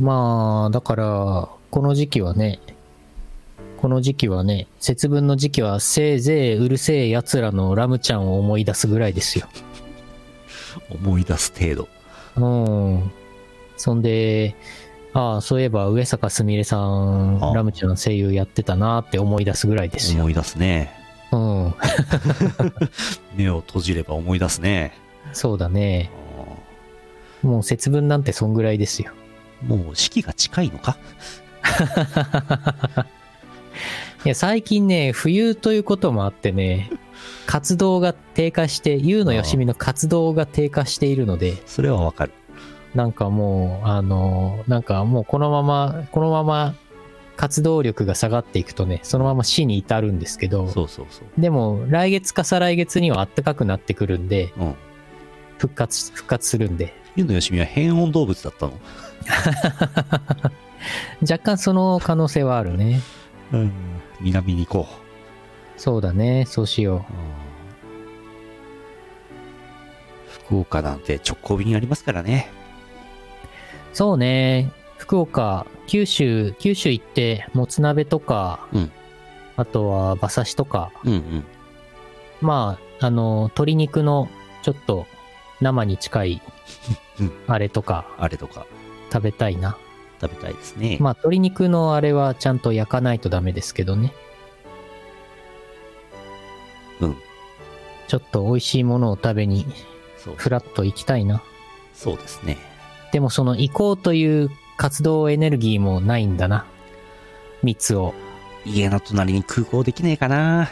Speaker 2: まあ、だから、この時期はね、この時期はね、節分の時期はせいぜいうるせえ奴らのラムちゃんを思い出すぐらいですよ。
Speaker 1: 思い出す程度
Speaker 2: うん。そんで、ああ、そういえば上坂すみれさん、
Speaker 1: あ
Speaker 2: ラムちゃんの声優やってたなって思い出すぐらいですよ。
Speaker 1: 思い出すね
Speaker 2: うん。
Speaker 1: 目を閉じれば思い出すね
Speaker 2: そうだね
Speaker 1: あ。ー
Speaker 2: もう節分なんてそんぐらいですよ。
Speaker 1: もう式が近いのか
Speaker 2: いや、最近ね、冬ということもあってね、活動が低下して、ゆうのよしみの活動が低下しているので、
Speaker 1: それはわかる
Speaker 2: なんかもう、あの、なんかもうこのまま、このまま活動力が下がっていくとね、そのまま死に至るんですけど、
Speaker 1: そうそうそう
Speaker 2: でも来月か再来月には暖かくなってくるんで、
Speaker 1: うん
Speaker 2: 復活、復活するんで、
Speaker 1: ゆうのよしみは変温動物だったの
Speaker 2: 若干その可能性はあるね。
Speaker 1: うん南に行こう
Speaker 2: そうだね、そうしよ
Speaker 1: あー福岡なんて直行便ありますからね
Speaker 2: う。そうね、福岡、九州、九州行って、もつ鍋とか、
Speaker 1: うん
Speaker 2: あとは馬刺しとか、
Speaker 1: うんうん
Speaker 2: まあ、あの、鶏肉のちょっと生に近い
Speaker 1: うん
Speaker 2: あれとか
Speaker 1: あれとか
Speaker 2: 食べたいな。
Speaker 1: 食べたいですね。
Speaker 2: まあ鶏肉のあれはちゃんと焼かないとダメですけどね。
Speaker 1: うん。
Speaker 2: ちょっと美味しいものを食べに
Speaker 1: そう
Speaker 2: フラッと行きたいな。
Speaker 1: そうですね。
Speaker 2: でもその行こうという活動エネルギーもないんだな。蜜を。
Speaker 1: 家の隣に空港できねえかな。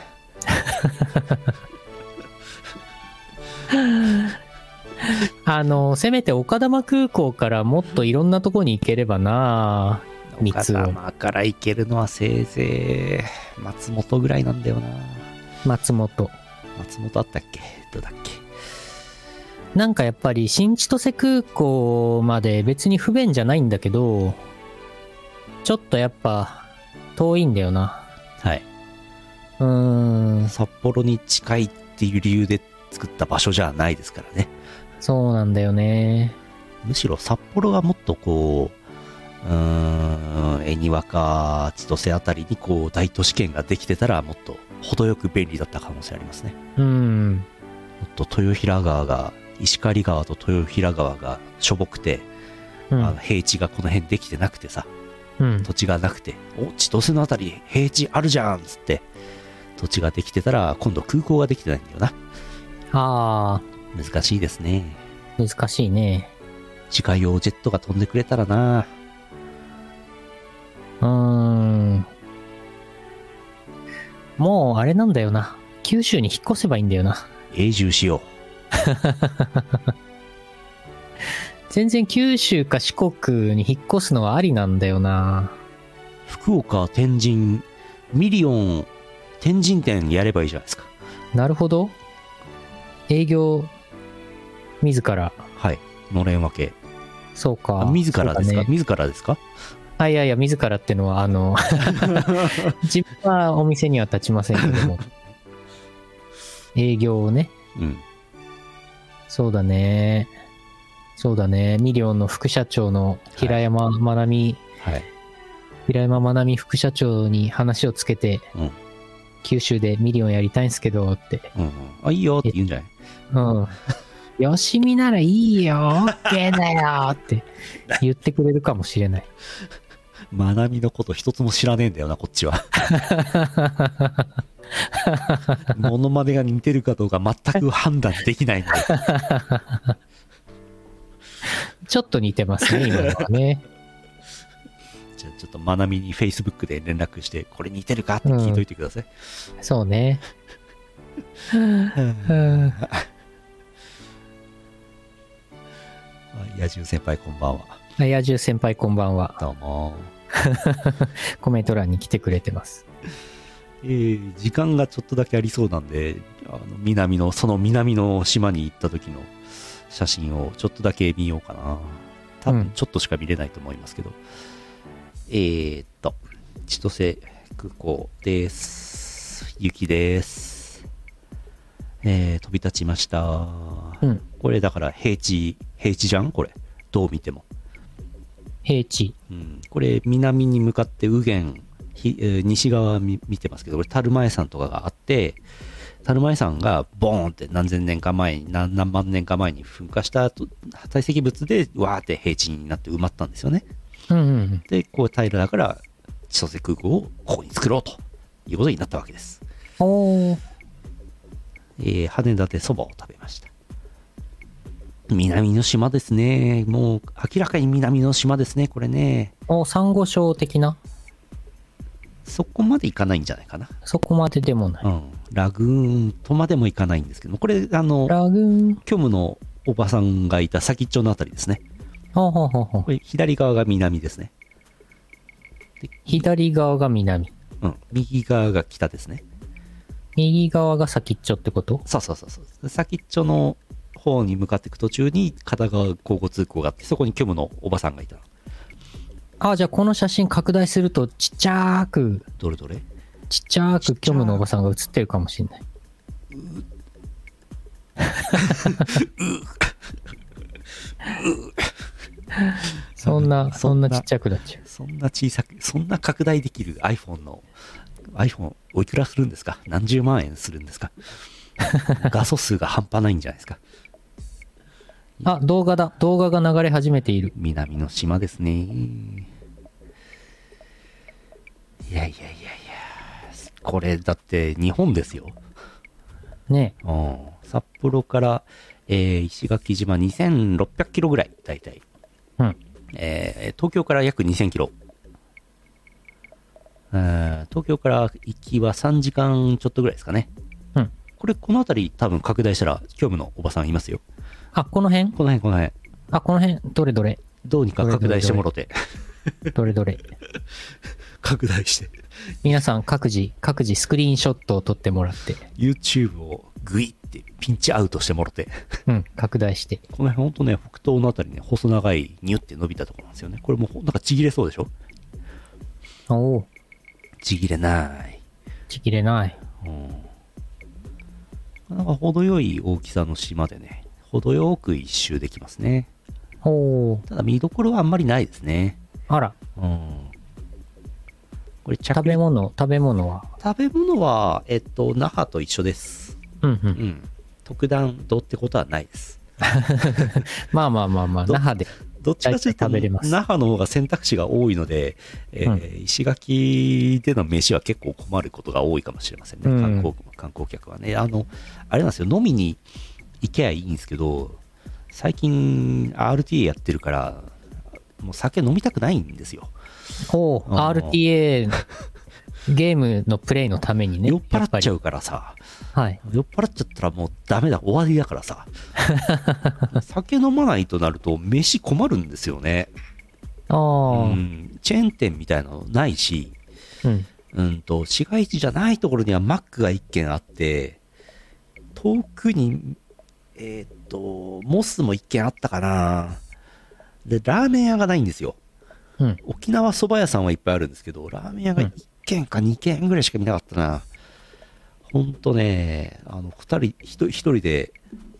Speaker 2: あの、せめて丘珠空港からもっといろんなとこに行ければな三
Speaker 1: 岡
Speaker 2: つを
Speaker 1: 山から行けるのはせいぜい松本ぐらいなんだよな。
Speaker 2: 松本。
Speaker 1: 松本あったっけどうだっけ
Speaker 2: なんかやっぱり新千歳空港まで別に不便じゃないんだけど、ちょっとやっぱ遠いんだよな。
Speaker 1: はい。
Speaker 2: うーん、
Speaker 1: 札幌に近いっていう理由で作った場所じゃないですからね。
Speaker 2: そうなんだよね。
Speaker 1: むしろ札幌がもっとこう、うーん、恵庭か千歳あたりにこう大都市圏ができてたらもっと程よく便利だった可能性ありますね。
Speaker 2: うん、
Speaker 1: もっと豊平川が、石狩川と豊平川がしょぼくて、
Speaker 2: う
Speaker 1: あ
Speaker 2: ん
Speaker 1: の、平地がこの辺できてなくてさ、
Speaker 2: うん、
Speaker 1: 土地がなくて、お千歳のあたり平地あるじゃんっつって、土地ができてたら今度空港ができてないんだよな。
Speaker 2: あ
Speaker 1: 難しいですね。
Speaker 2: ー、難しいね。
Speaker 1: 自家用ジェットが飛んでくれたらな。
Speaker 2: うーん。もうあれなんだよな。九州に引っ越せばいいんだよな。
Speaker 1: 永住しよ
Speaker 2: 全然九州か四国に引っ越すのはありなんだよな。
Speaker 1: う。福岡、天神、ミリオン、天神店やればいいじゃないですか。
Speaker 2: なるほど。営業、自ら。
Speaker 1: はい。のれん分け。
Speaker 2: そう
Speaker 1: あ
Speaker 2: か。
Speaker 1: 自らです
Speaker 2: そう
Speaker 1: か、
Speaker 2: だね
Speaker 1: 自らですか
Speaker 2: あ、いやいや、自らってのは、あの、自分はお店には立ちませんけども。営業をね。
Speaker 1: うん。
Speaker 2: そうだね。そうだね。ミリオンの副社長の平山まなみ、
Speaker 1: はい。
Speaker 2: 平山まなみ副社長に話をつけて、
Speaker 1: うん
Speaker 2: 九州でミリオンやりたいんすけどって。
Speaker 1: うんうん。あ、いいよって言うんじゃない
Speaker 2: うん。よしみならいいよ、オッケーだよって言ってくれるかもしれない。
Speaker 1: まなみのこと一つも知らねえんだよな、こっちは。モノマネが似てるかどうか全く判断できないんで。
Speaker 2: ちょっと似てます ね、今のはね。
Speaker 1: じゃあちょっとまなみに Facebook で連絡して、これ似てるかって聞いといてください。
Speaker 2: そうね。うん
Speaker 1: あ野獣先輩こんばんは。
Speaker 2: 野獣先輩こんばんは。
Speaker 1: どうも。
Speaker 2: コメント欄に来てくれてます。
Speaker 1: えー時間がちょっとだけありそうなんで、あの南の、その南の島に行った時の写真をちょっとだけ見ようかな。多
Speaker 2: うん
Speaker 1: 分ちょっとしか見れないと思いますけど。えー、っと、千歳空港です。雪です。えー、飛び立ちました。
Speaker 2: うん。
Speaker 1: これだから平地、平地じゃんこれ。どう見ても。
Speaker 2: 平地。
Speaker 1: うん、これ南に向かって右舷ひえー西側見見てますけどこれ樽前山とかがあって樽前山がボーンって何千年か前に何何万年か前に噴火した後堆積物でわーって平地になって埋まったんですよね
Speaker 2: うんうん。
Speaker 1: でこう平らだから千歳空港をここに作ろうということになったわけです、
Speaker 2: おー。
Speaker 1: えー羽田でそばを食べました南の島ですねもう明らかに南の島ですねこれね
Speaker 2: おサンゴ礁的な
Speaker 1: そこまで行かないんじゃないかな
Speaker 2: そこまででもない。
Speaker 1: うん、ラグーンとまでもいかないんですけどもこれあの
Speaker 2: ラグーン。
Speaker 1: 虚無のおばさんがいた先っちょのあたりですね
Speaker 2: ほうほうほうほう
Speaker 1: これ左側が南ですね、
Speaker 2: 左側が南。
Speaker 1: うん、右側が北ですね
Speaker 2: 右側が先っちょってこと
Speaker 1: そうそうそうそう先っちょの方に向かっていく途中に片側交互通行があってそこに虚無のおばさんがいた
Speaker 2: あ、じゃあこの写真拡大するとちっちゃーく、
Speaker 1: どれどれ
Speaker 2: ちっちゃーく虚無のおばさんが写ってるかもしれない。そんな、そんなちっちゃくなっちゃう。
Speaker 1: そんな小さくそんな拡大できる iPhone の iPhone おいくらするんですか 何十万円するんですか画素数が半端ないんじゃないですか
Speaker 2: あ、動画だ。動画が流れ始めている。
Speaker 1: 南の島ですね。いやいやいやいや、これだって日本ですよ。
Speaker 2: ね
Speaker 1: うん、札幌から、えー石垣島2600キロぐらい、大体。
Speaker 2: うん。
Speaker 1: えー東京から約2000キロ。うん東京から行きは3時間ちょっとぐらいですかね。
Speaker 2: うん。
Speaker 1: これ、この辺り多分拡大したら、虚無のおばさんいますよ。
Speaker 2: あ、この辺
Speaker 1: この辺、この辺。
Speaker 2: あ、この辺、どれどれ
Speaker 1: どうにか拡大してもろて。
Speaker 2: どれどれ
Speaker 1: 拡大して。
Speaker 2: 皆さん各自、各自スクリーンショットを撮ってもらって。
Speaker 1: YouTube をグイってピンチアウトしてもろて。
Speaker 2: うん、拡大して。
Speaker 1: この辺ほんとね、北東のあたりね、細長いニュって伸びたところなんですよね。これもうほんなんかちぎれそうでしょ
Speaker 2: おおー、
Speaker 1: ちぎれない。
Speaker 2: ちぎれない。
Speaker 1: うん。なんか程よい大きさの島でね、程よく一周できますね。
Speaker 2: おお、
Speaker 1: ただ見どころはあんまりないですね。
Speaker 2: あら、
Speaker 1: うん。これ着
Speaker 2: 食べ物、食べ物は。
Speaker 1: 食べ物は、えっと、那覇と一緒です。
Speaker 2: うんう。
Speaker 1: うんん。特段どうってことはないです。
Speaker 2: まあまあまあまあ、
Speaker 1: ど
Speaker 2: 那覇で。
Speaker 1: どっちかというと、
Speaker 2: 大体食べれます
Speaker 1: 那覇の方が選択肢が多いので、えー石垣での飯は結構困ることが多いかもしれませんね、
Speaker 2: うん
Speaker 1: 観光観光客はね。あの、あれなんですよ、飲みに行けばいいんですけど、最近 RTA やってるから、もう酒飲みたくないんですよ。
Speaker 2: おお、
Speaker 1: あー
Speaker 2: RTA、ゲームのプレイのためにね。
Speaker 1: 酔っ払っちゃ
Speaker 2: う。
Speaker 1: うからさ、
Speaker 2: はい。
Speaker 1: 酔っ払っちゃったらもうダメだ、終わりだからさ。 酒飲まないとなると、飯困るんですよね。
Speaker 2: ああ、
Speaker 1: う
Speaker 2: うん。
Speaker 1: ん、チェーン店みたいなのないし、うんと、市街地じゃないところにはマックが1軒あって、遠くに、えーっと、モスも1軒あったかな。で、ラーメン屋がないんですよ。
Speaker 2: うん
Speaker 1: 沖縄そば屋さんはいっぱいあるんですけど、ラーメン屋が1軒か2軒ぐらいしか見なかったな。ほんとね、あの、2人、1, 人で、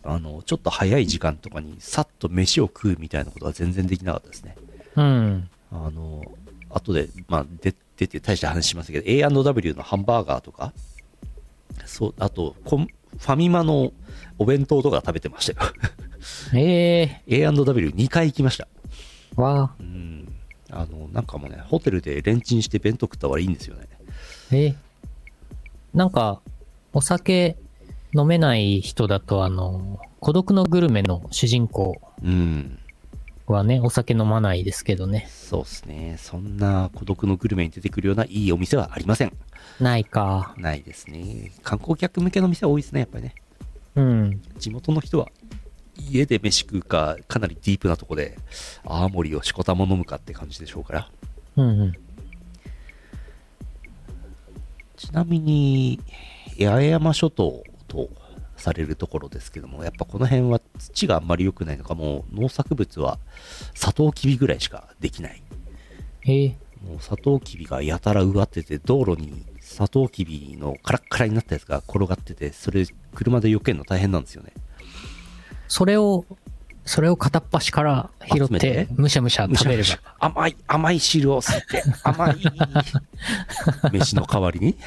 Speaker 1: あの、ちょっと早い時間とかに、さっと飯を食うみたいなことは全然できなかったですね。
Speaker 2: うん。
Speaker 1: あの、後で、まあ、で出て大した話しますけど、A&W のハンバーガーとか、そう、あとコン、ファミマのお弁当とか食べてましたよ。
Speaker 2: ええ
Speaker 1: A&W2 回行きました。
Speaker 2: ー、わあ、
Speaker 1: うん。あの、なんかもうね、ホテルでレンチンして弁当食った方がいいんですよね。
Speaker 2: ええなんか、お酒飲めない人だと、あの、孤独のグルメの主人公
Speaker 1: うん。
Speaker 2: はね、お酒飲まないですけどね。
Speaker 1: そうですね。そんな孤独のグルメに出てくるようないいお店はありません。
Speaker 2: ないか。
Speaker 1: ないですね。観光客向けの店多いですね、やっぱりね。
Speaker 2: うん。
Speaker 1: 地元の人は家で飯食うかかなりディープなとこで泡盛をしこたま飲むかって感じでしょうから
Speaker 2: うんうん。
Speaker 1: ちなみに八重山諸島とされるところですけどもやっぱこの辺は土があんまり良くないのかもう農作物はサトウキビぐらいしかできない
Speaker 2: ええ
Speaker 1: もうサトウキビがやたら植わってて道路にサトウキビのカラッカラになったやつが転がっててそれ車で避けるの大変なんですよね
Speaker 2: それを、それを片っ端から拾っ
Speaker 1: 集め
Speaker 2: て
Speaker 1: て、
Speaker 2: むしゃむしゃ食べれば。
Speaker 1: 甘い、甘い汁を吸 って、甘い。飯の代わりに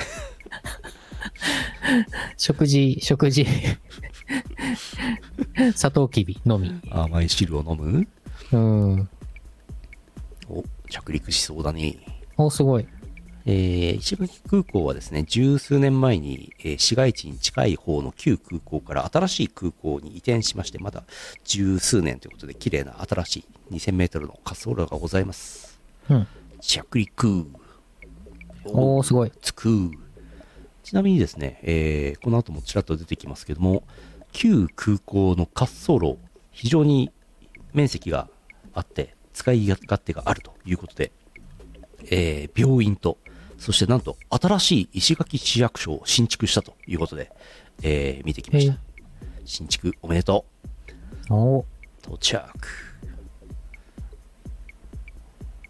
Speaker 2: 食事、食 事。サトウキビのみ。
Speaker 1: 甘い汁を飲む
Speaker 2: うん。
Speaker 1: お、着陸しそうだね。
Speaker 2: お、すごい。
Speaker 1: えー、石垣空港はですね、十数年前に、えー市街地に近い方の旧空港から新しい空港に移転しまして、まだ十数年ということで、綺麗な新しい2000メートルの滑走路がございます。
Speaker 2: うん。
Speaker 1: 着陸。
Speaker 2: おー、すごい。
Speaker 1: つく。ちなみにですね、えーこの後もちらっと出てきますけども、旧空港の滑走路、非常に面積があって、使い勝手があるということで、えー病院と、そしてなんと新しい石垣市役所を新築したということで、えー見てきまし
Speaker 2: へ
Speaker 1: た。新築おめでとう。
Speaker 2: お
Speaker 1: 到着。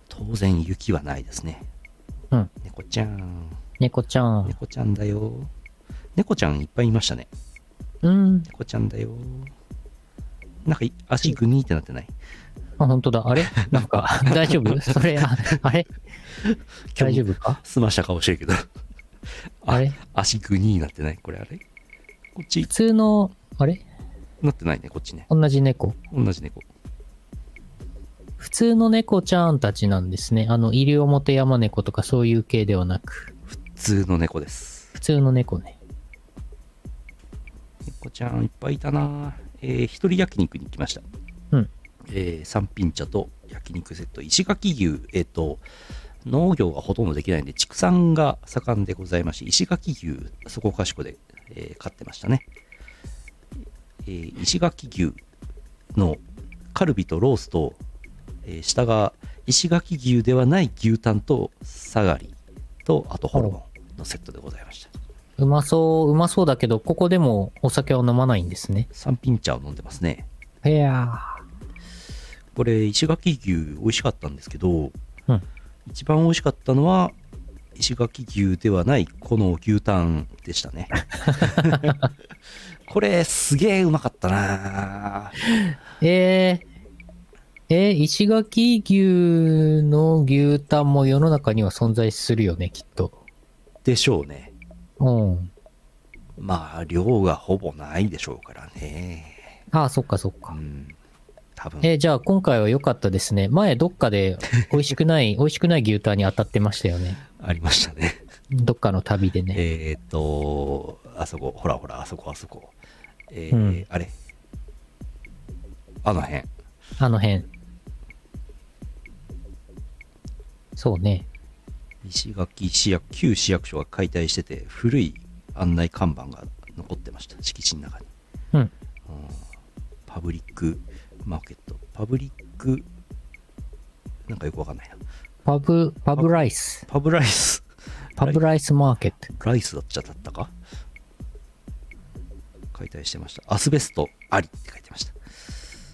Speaker 1: 当然雪はないですね。
Speaker 2: うん。
Speaker 1: 猫ちゃん。
Speaker 2: 猫ちゃん。
Speaker 1: 猫ちゃんだよ。猫ちゃんいっぱいいましたね。
Speaker 2: うん。
Speaker 1: 猫ちゃんだよ。なんかい足グニーってなって ない。
Speaker 2: あ、本当だ。あれなんか、大丈 夫それ、ああれ大丈夫か
Speaker 1: 済ました顔してるけど。
Speaker 2: あれ
Speaker 1: 足グニーになってない。これあれこっち
Speaker 2: 普、通の、あれ
Speaker 1: なってないね、こっちね。
Speaker 2: 同じ猫。
Speaker 1: 同じ猫。
Speaker 2: 普通の猫ちゃんたちなんですね。あの、西表山猫とかそういう系ではなく、
Speaker 1: 普通の猫です。
Speaker 2: 普通の猫ね。
Speaker 1: 猫ちゃんいっぱいいたなえー、一人焼肉に行きました。
Speaker 2: うん。
Speaker 1: えー、三品茶と焼肉セット。石垣牛、えっ、と、農業がほとんどできないんで、畜産が盛んでございまして、石垣牛、そこかしこで、えー飼ってましたね。えー石垣牛のカルビとロースと、えー下が石垣牛ではない牛タンとサガリと、あとホルモンのセットでございました。
Speaker 2: うまそう、うまそうだけど、ここでもお酒は飲まないんですね。
Speaker 1: 三品茶を飲んでますね。
Speaker 2: いや
Speaker 1: これ石垣牛美味しかったんですけど、
Speaker 2: うん
Speaker 1: 一番美味しかったのは石垣牛ではないこの牛タンでした ねこれすげえうまかったな
Speaker 2: ー。えー、えー石垣牛の牛タンも世の中には存在するよね、きっと。
Speaker 1: でしょうね
Speaker 2: うん。
Speaker 1: まあ量がほぼないでしょうからね
Speaker 2: ああ、そっかそっ
Speaker 1: う
Speaker 2: か。
Speaker 1: ん多分
Speaker 2: えーじゃあ今回は良かったですね。前どっかで美味しくない、 美味しくない牛タンに当たってましたよね。
Speaker 1: ありましたね
Speaker 2: どっかの旅でね。
Speaker 1: えーっとあそこほらほらあそこあそこえー
Speaker 2: うん
Speaker 1: あれあの辺
Speaker 2: あの辺。そうね。
Speaker 1: 石垣市役旧市役所が解体してて古い案内看板が残ってました敷地の中に、
Speaker 2: うん。
Speaker 1: パブリックマーケットパブリックなんかよくわかんないな
Speaker 2: パブ、パブライス。
Speaker 1: パブライス
Speaker 2: パブライスマーケット。
Speaker 1: ライスだっちゃだったか解体してましたアスベストありって書いてました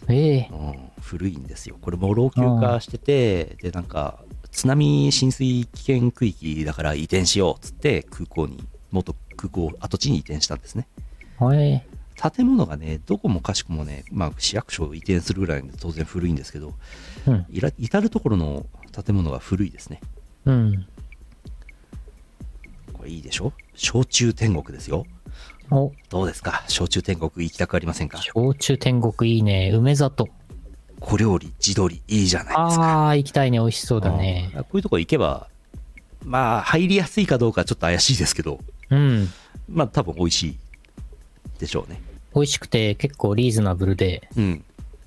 Speaker 2: ええ
Speaker 1: うん、古いんですよ、これも老朽化してて、でなんか津波浸水危険区域だから移転しようっつって、空港に、元空港跡地に移転したんですね。
Speaker 2: はい。
Speaker 1: 建物がね、どこもかしこもね、まあ、市役所を移転するぐらいなんで当然古いんですけど、
Speaker 2: うん。
Speaker 1: いら至る所の建物が古いですね。
Speaker 2: うん。
Speaker 1: これいいでしょ焼酎天国ですよ。
Speaker 2: お、
Speaker 1: どうですか焼酎天国行きたくありませんか
Speaker 2: 焼酎天国いいね。梅里。
Speaker 1: 小料理、地鶏、いいじゃないですか。
Speaker 2: ああ、行きたいね。美味しそうだね
Speaker 1: う。んこういうとこ行けば、まあ、入りやすいかどうかちょっと怪しいですけど、
Speaker 2: うん。
Speaker 1: まあ多分美味しいでしょうね。
Speaker 2: 美味しくて結構リーズナブルで
Speaker 1: うん。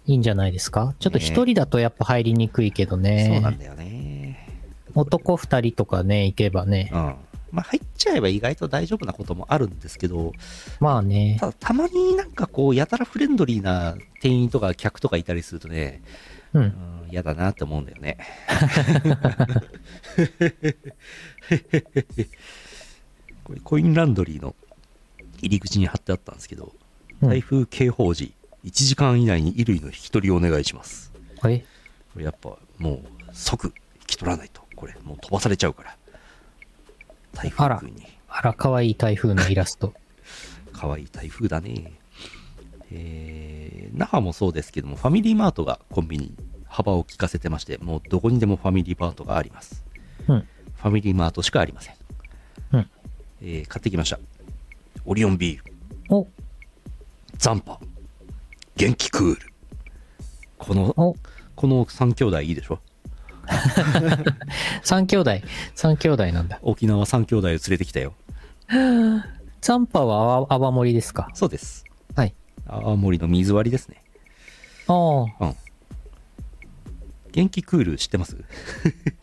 Speaker 2: いいんじゃないですかちょっと一人だとやっぱ入りにくいけど
Speaker 1: そう
Speaker 2: ね。
Speaker 1: なんだよね。
Speaker 2: 男二人とかね、行けばね
Speaker 1: う。ん。まあ入っちゃえば意外と大丈夫なこともあるんですけど、
Speaker 2: まあね
Speaker 1: た。だたまになんかこう、やたらフレンドリーな店員とか客とかいたりするとね、
Speaker 2: う。
Speaker 1: うんん、嫌だなって思うんだよ ね。これコインランドリーの入り口に貼ってあったんですけど、
Speaker 2: うん
Speaker 1: 台風警報時、1時間以内に衣類の引き取りをお願いします。
Speaker 2: え
Speaker 1: これやっぱもう即引き取らないとこれもう飛ばされちゃうから台
Speaker 2: あ
Speaker 1: 風
Speaker 2: ら
Speaker 1: 君に
Speaker 2: あら、かわいい台風のイラスト。
Speaker 1: 可愛い台風だねえー那覇もそうですけどもファミリーマートがコンビニ幅を利かせてましてもうどこにでもファミリーマートがあります
Speaker 2: うん。
Speaker 1: ファミリーマートしかありません、
Speaker 2: うん
Speaker 1: えー買ってきましたオリオンビール
Speaker 2: お、
Speaker 1: 残波元気クールこの
Speaker 2: お、
Speaker 1: この3兄弟いいでしょ
Speaker 2: 三兄弟。三兄弟な んだ。
Speaker 1: 沖縄3兄弟を連れてきたよ
Speaker 2: 残波は泡泡盛ですか
Speaker 1: そうです
Speaker 2: はい。
Speaker 1: 青森の水割りですね。
Speaker 2: ああ、
Speaker 1: うん。元気クール知ってます
Speaker 2: い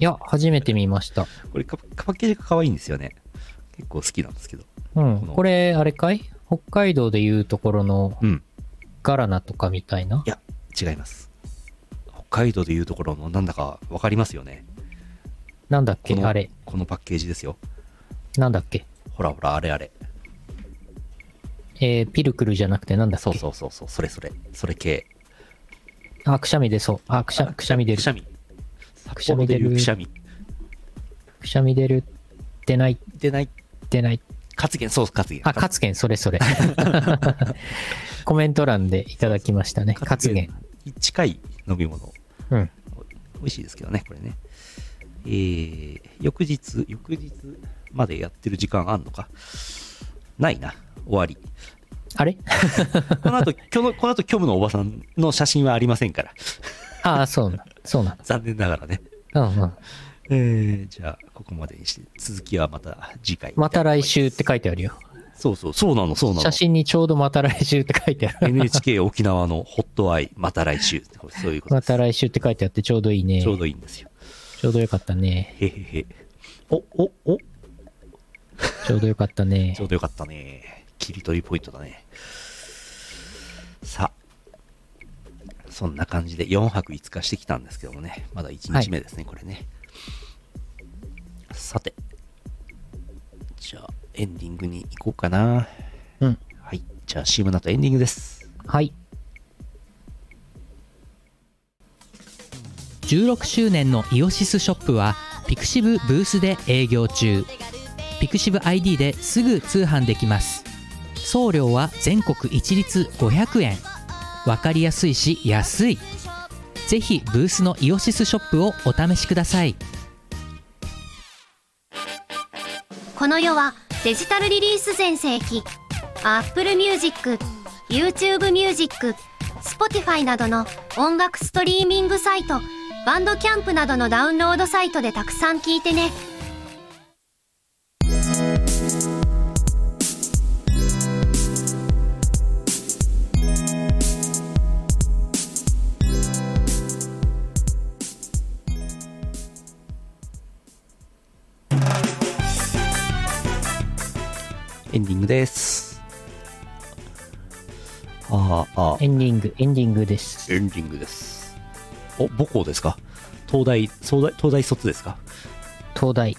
Speaker 2: や、初めて見ました。
Speaker 1: これかパッケージが可愛いんですよね。結構好きなんですけど。
Speaker 2: うん。
Speaker 1: この
Speaker 2: これ、あれかい北海道でいうところの
Speaker 1: うん。。
Speaker 2: ガラナとかみたいない
Speaker 1: や、違います。北海道でいうところのなんだかわかりますよね。
Speaker 2: なんだっ
Speaker 1: こ
Speaker 2: け
Speaker 1: の
Speaker 2: あれ。
Speaker 1: このパッケージですよ。
Speaker 2: なんだっけ
Speaker 1: ほらほら、あれあれ。
Speaker 2: えー、ピルクルじゃなくてなんだっけ
Speaker 1: そうそうそうそう、それそれ。それ系。
Speaker 2: あ、くしゃみ出そう。あ、くしゃ、くしゃみ出る
Speaker 1: くし。ゃみ。
Speaker 2: くし
Speaker 1: 札
Speaker 2: ゃ
Speaker 1: 幌
Speaker 2: み
Speaker 1: で
Speaker 2: 出
Speaker 1: いう
Speaker 2: る
Speaker 1: く。しゃみ。
Speaker 2: くしゃみ出る。出ない、
Speaker 1: でない。
Speaker 2: 出ない。
Speaker 1: 活言、そう、活言。
Speaker 2: あ、勝元、そ れそれ。コメント欄でいただきましたね。勝元。
Speaker 1: に近い飲み物。
Speaker 2: うん。
Speaker 1: 美味しいですけどね、これね。えー、翌日、翌日までやってる時間あんのかないな。終わり。
Speaker 2: あれ
Speaker 1: こ の後、きょのこの後、虚無のおばさんの写真はありませんから。
Speaker 2: ああ、そうなん。そうなん。
Speaker 1: 残念ながらね。
Speaker 2: うんうん。
Speaker 1: えー、じゃあ、ここまでにして、続きはまた次回。
Speaker 2: また来週って書いてあるよ。
Speaker 1: そうそう、そうなの、そうなの
Speaker 2: 写。真にちょうどまた来週って書いてある。
Speaker 1: NHK 沖縄のホットアイ、また来週。そういうこと
Speaker 2: ま
Speaker 1: です。
Speaker 2: た来週って書いてあってちょうどいいね。
Speaker 1: ちょうどいいんですよ。
Speaker 2: ちょうどよかったね。
Speaker 1: へへへ。お、お、お、
Speaker 2: ちょうどよかったね
Speaker 1: ちょ。うどよかったね。切り取りポイントだね。さあ、そんな感じで4泊5日してきたんですけどもね、まだ1日目ですね、これね。さて、じゃあエンディングに行こうかな。
Speaker 2: うん。
Speaker 1: はい、じゃあ CM の後エンディングです。
Speaker 2: はい。
Speaker 5: 16周年のイオシスショップはピクシブブースで営業中ピクシブ ID ですぐ通販できます送料は全国一律500円わかりやすいし安いぜひブースのイオシスショップをお試しください
Speaker 6: この世はデジタルリリース全盛期 Apple Music、YouTube Music、Spotify などの音楽ストリーミングサイトバンドキャンプなどのダウンロードサイトでたくさん聴いてね
Speaker 1: エンディングです。ああ、ああ、
Speaker 2: エンディング、エンディングです。
Speaker 1: エンディングです。お、母校ですか東大、東大、東大卒ですか
Speaker 2: 東大。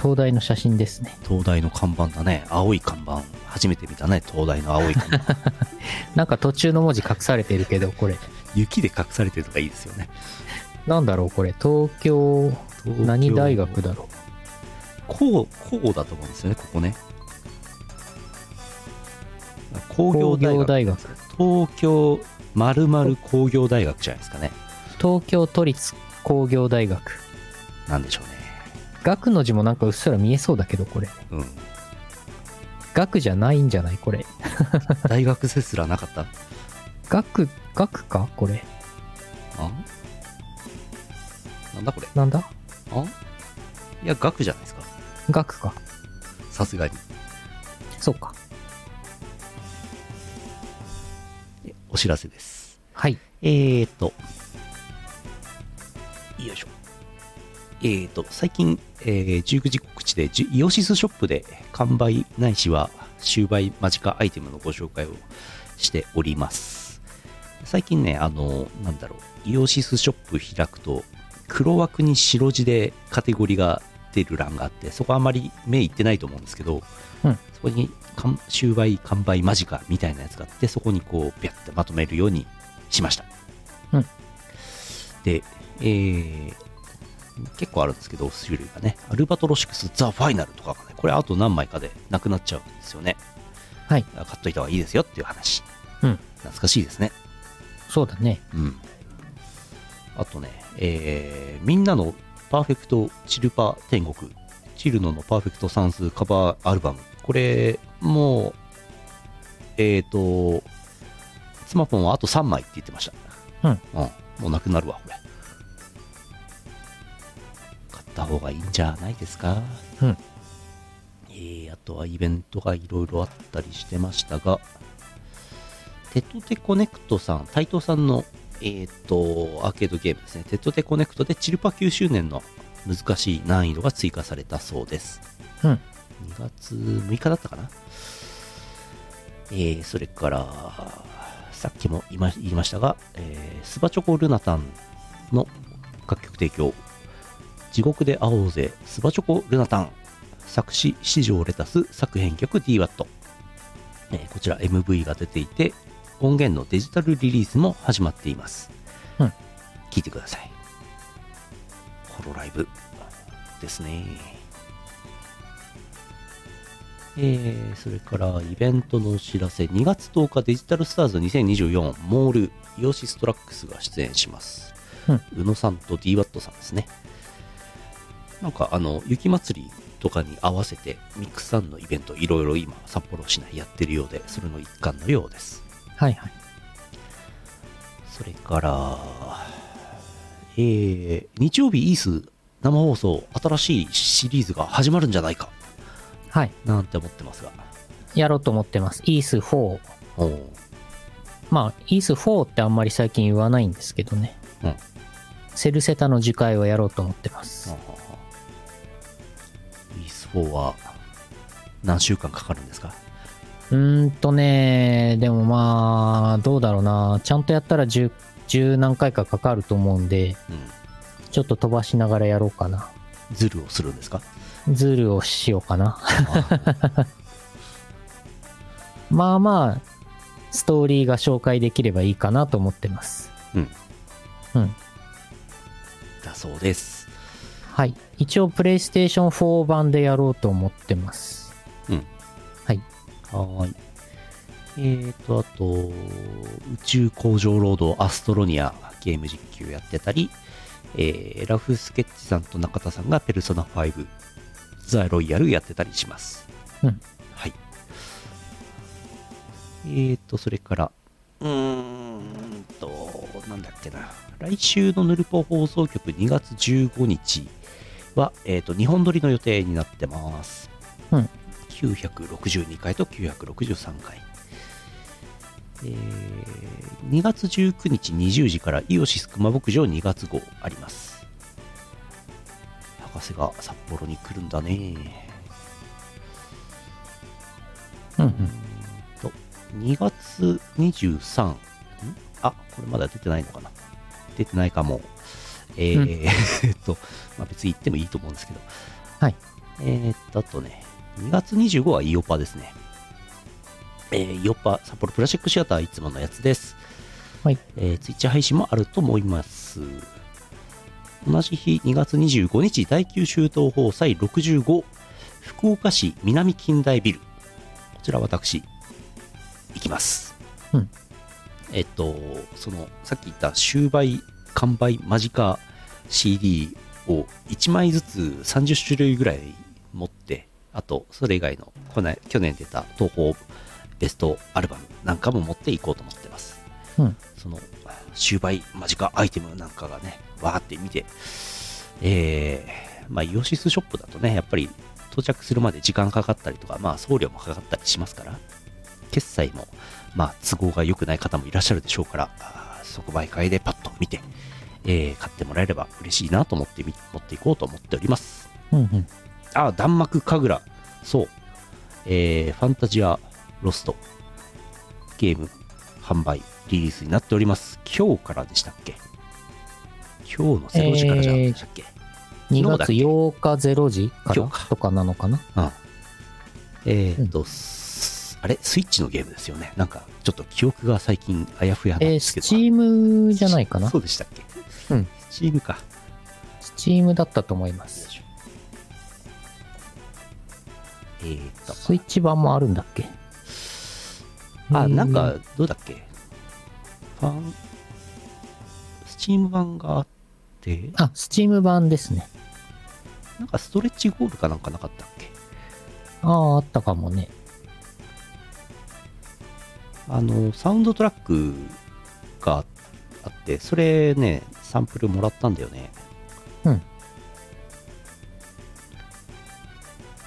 Speaker 2: 東大の写真ですね。
Speaker 1: 東大の看板だね青い看板初めて見たね東大の青い看板
Speaker 2: なんか途中の文字隠されてるけど、これ。
Speaker 1: 雪で隠されてるとかいいですよね
Speaker 2: なんだろう、これ。東京、
Speaker 1: 東京
Speaker 2: 何大学だろ
Speaker 1: こうこうだと思うんですよねここね工業大
Speaker 2: 工業
Speaker 1: 学
Speaker 2: 大学
Speaker 1: 東京まるまる工業大学じゃないですかね
Speaker 2: う。東京都立工業大学。
Speaker 1: なんでしょうね
Speaker 2: 学の字もなんかうっすら見えそうだけど、これ。
Speaker 1: うん
Speaker 2: 学じゃないんじゃないこれ。
Speaker 1: 大学生すらなかった
Speaker 2: 学、学かこれ。
Speaker 1: あなんだこれ
Speaker 2: なんだ
Speaker 1: あいや学じゃないですか
Speaker 2: 学か。
Speaker 1: さすがに
Speaker 2: そうか。
Speaker 1: お知らせです
Speaker 2: はい。
Speaker 1: えーと、よいしょ。えーと、最近、えー19時告知で、じゅイオシスショップで完売ないしは終売間近アイテムのご紹介をしております。最近ね、あの、なんだろう、イオシスショップ開くと、黒枠に白字でカテゴリーが出る欄があって、そこあんまり目いってないと思うんですけど、
Speaker 2: うん
Speaker 1: そこに完終売完売間近みたいなやつがあって、そこにこう、ビャッてまとめるようにしました。
Speaker 2: うん
Speaker 1: で、えー結構あるんですけど、種類がね、アルバトロシクス・ザ・ファイナルとかがね、これあと何枚かでなくなっちゃうんですよね。
Speaker 2: はい
Speaker 1: あ買っといた方がいいですよっていう話。
Speaker 2: うん
Speaker 1: 懐かしいですね。
Speaker 2: そうだね。
Speaker 1: うん。あとね、えーみんなのパーフェクトチルパ天国、チルノのパーフェクト算数カバーアルバム。これ、もう、えっ、と、スマホンはあと3枚って言ってました。
Speaker 2: うん
Speaker 1: もうなくなるわ、これ。買った方がいいんじゃないですか。
Speaker 2: うん
Speaker 1: えーあとはイベントがいろいろあったりしてましたが、テトテコネクトさん、斎藤さんの、えーっと、アーケードゲームですね。テトテコネクトでチルパ9周年の難しい難易度が追加されたそうです。
Speaker 2: うん
Speaker 1: 2月6日だったかなえーそれから、さっきも言いま言いましたが、えースバチョコルナタンの楽曲提供、地獄で会おうぜ、スバチョコルナタン、作詞、四条レタス、作編曲 DWAT。えーこちら MV が出ていて、音源のデジタルリリースも始まっています。
Speaker 2: うん
Speaker 1: 聞いてください。ホロライブですね。えーそれからイベントのお知らせ2月10日デジタルスターズ2024モールイオシストラックスが出演します、
Speaker 2: うん
Speaker 1: 宇野さんと DWAT さんですねなんかあの雪祭りとかに合わせてミックスさんのイベントいろいろ今札幌市内やってるようでそれの一環のようです
Speaker 2: はいはい。
Speaker 1: それから、えー日曜日イース生放送新しいシリーズが始まるんじゃないか
Speaker 2: はい。
Speaker 1: なんて思ってますが
Speaker 2: やろうと思ってます。イース4。
Speaker 1: おー
Speaker 2: まあ、イース4ってあんまり最近言わないんですけどね。
Speaker 1: うん
Speaker 2: セルセタの次回をやろうと思ってます。
Speaker 1: イース4は何週間かかるんですか
Speaker 2: うーんとね、でもまあ、どうだろうな。ちゃんとやったら10、10何回かかかると思うんで、
Speaker 1: うん
Speaker 2: ちょっと飛ばしながらやろうかな。
Speaker 1: ズルをするんですか
Speaker 2: ズルをしようかな。
Speaker 1: あー
Speaker 2: まあまあ、ストーリーが紹介できればいいかなと思ってます。
Speaker 1: うん。
Speaker 2: うん。
Speaker 1: だそうです
Speaker 2: はい。一応、プレイステーション4版でやろうと思ってます。
Speaker 1: はーい。えーと、あと、宇宙工場ロードアストロニアゲーム実況やってたり、えーラフスケッチさんと中田さんがペルソナ5ザ・ロイヤルやってたりします。
Speaker 2: うん
Speaker 1: はい。えーと、それから、うーんと、なんだっけな。来週のヌルポ放送局2月15日は、えーと、2本撮りの予定になってます。962回と963回、えー2月19日20時からイオシス熊牧場2月号あります博士が札幌に来るんだね
Speaker 2: うんうん。
Speaker 1: と2月23んあこれまだ出てないのかな出てないかもえーえっと、まあ、別に行ってもいいと思うんですけど
Speaker 2: はい
Speaker 1: えーっとあとね2月25はイオパですねえーイオパ札幌プラスチックシアターいつものやつです
Speaker 2: はい
Speaker 1: えー、ツイッチ配信もあると思います同じ日2月25日第9州東放祭65福岡市南近代ビルこちら私行きます、
Speaker 2: うん
Speaker 1: えっとそのさっき言った終売完売間近 CD を1枚ずつ30種類ぐらい持ってあとそれ以外のこない去年出た東宝ベストアルバムなんかも持っていこうと思ってます、
Speaker 2: うん
Speaker 1: その終売間近アイテムなんかがねわーって見てえーまあイオシスショップだとねやっぱり到着するまで時間かかったりとか、まあ、送料もかかったりしますから決済も、まあ、都合が良くない方もいらっしゃるでしょうから、あー即売会でパッと見て、えー買ってもらえれば嬉しいなと思ってみ、持っていこうと思っております。
Speaker 2: うんうん。
Speaker 1: あー、弾幕神楽。そう。えーファンタジアロスト。ゲーム、販売、リリースになっております。今日からでしたっけ今日の0時からじゃなかったでしたっけ、
Speaker 2: 2
Speaker 1: 昨日だっ
Speaker 2: 月
Speaker 1: け
Speaker 2: 8日0時か
Speaker 1: 今
Speaker 2: な
Speaker 1: 日か
Speaker 2: とかなのかな
Speaker 1: えーっと、すあれスイッチのゲームですよね。なんか、ちょっと記憶が最近あやふやなん
Speaker 2: えー、
Speaker 1: です
Speaker 2: ス
Speaker 1: けど。
Speaker 2: チームじゃないかな
Speaker 1: そうでしたっけ
Speaker 2: うん
Speaker 1: スチームか。
Speaker 2: スチームだったと思います。
Speaker 1: えーっと。
Speaker 2: スイッチ版もあるんだっけ
Speaker 1: あ、
Speaker 2: えー
Speaker 1: なんか、どうだっけファン、スチーム版があって、
Speaker 2: あ、スチーム版ですね。
Speaker 1: なんかストレッチゴールかなんかなかったっけ
Speaker 2: ああ、あったかもね。
Speaker 1: あの、サウンドトラックがあって、それね、サンプルもらったんだよね。
Speaker 2: うん。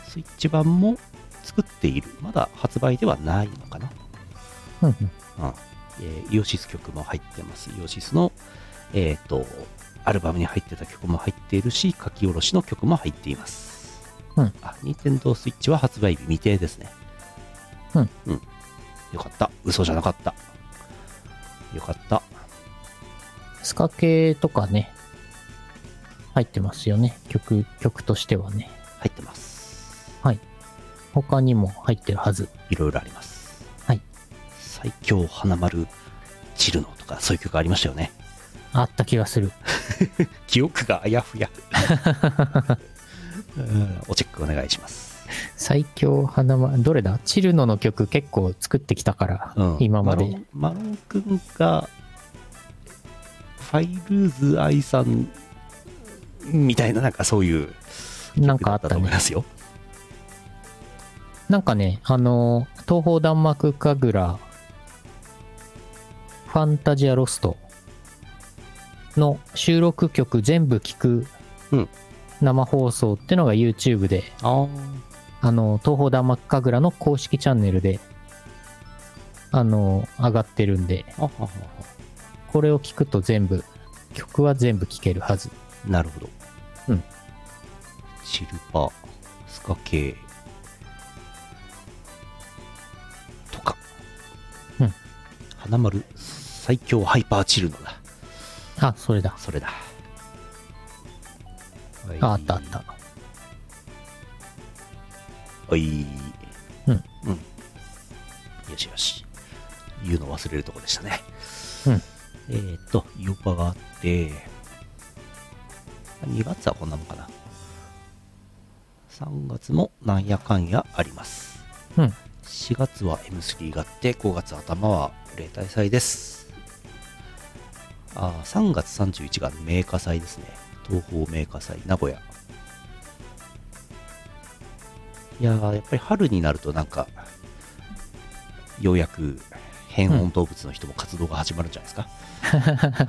Speaker 1: スイッチ版も作っている。まだ発売ではないのかな
Speaker 2: うんうん。
Speaker 1: うんえーイオシス曲も入ってます。イオシスの、えー、とアルバムに入ってた曲も入っているし、書き下ろしの曲も入っています。
Speaker 2: うん
Speaker 1: あ、任天堂スイッチは発売日未定ですね。
Speaker 2: うん。
Speaker 1: うん。よかった。嘘じゃなかった。よかった。
Speaker 2: スカ系とかね、入ってますよね。曲、曲としてはね。
Speaker 1: 入ってます。
Speaker 2: 他にも入ってるはず。
Speaker 1: いろいろあります。
Speaker 2: はい。
Speaker 1: 最強花丸チルノとか、そういう曲ありましたよね。
Speaker 2: あった気が する。
Speaker 1: 記憶があや ふや。うんおチェックお願いします。
Speaker 2: 最強花丸、どれだチルノの曲結構作ってきたから、
Speaker 1: うん
Speaker 2: 今まで。
Speaker 1: マロンマロン君がファイルーズ愛さんみたいななんかそういう
Speaker 2: なんかあっ
Speaker 1: 曲だと
Speaker 2: た
Speaker 1: 思い
Speaker 2: ね
Speaker 1: ま。すよ
Speaker 2: なんかね、あのー東方弾幕神楽、ファンタジアロストの収録曲全部聞く
Speaker 1: うん
Speaker 2: 生放送ってのが YouTube で、
Speaker 1: あ
Speaker 2: あのー東方弾幕神楽の公式チャンネルで、あのー上がってるんで、
Speaker 1: あはは
Speaker 2: これを聞くと全部、曲は全部聴けるはず。
Speaker 1: なるほど
Speaker 2: うん
Speaker 1: シルバースカ系とか
Speaker 2: うん
Speaker 1: 花丸最強ハイパーチルノだ
Speaker 2: あ、それだ。
Speaker 1: それだ
Speaker 2: ああったあった。
Speaker 1: はい。
Speaker 2: うん
Speaker 1: うん。よしよし。言うの忘れるとこでしたね。
Speaker 2: うん
Speaker 1: えーっと、ヨパがあって、2月はこんなもんかな。3月もなんやかんやあります。
Speaker 2: うん
Speaker 1: 4月は M3 があって、5月頭は例大祭です。あー3月31がメーカー祭ですね。東方メーカー祭、名古屋。いやーやっぱり春になるとなんかようやく変温動物の人も活動が始まるんじゃないですか、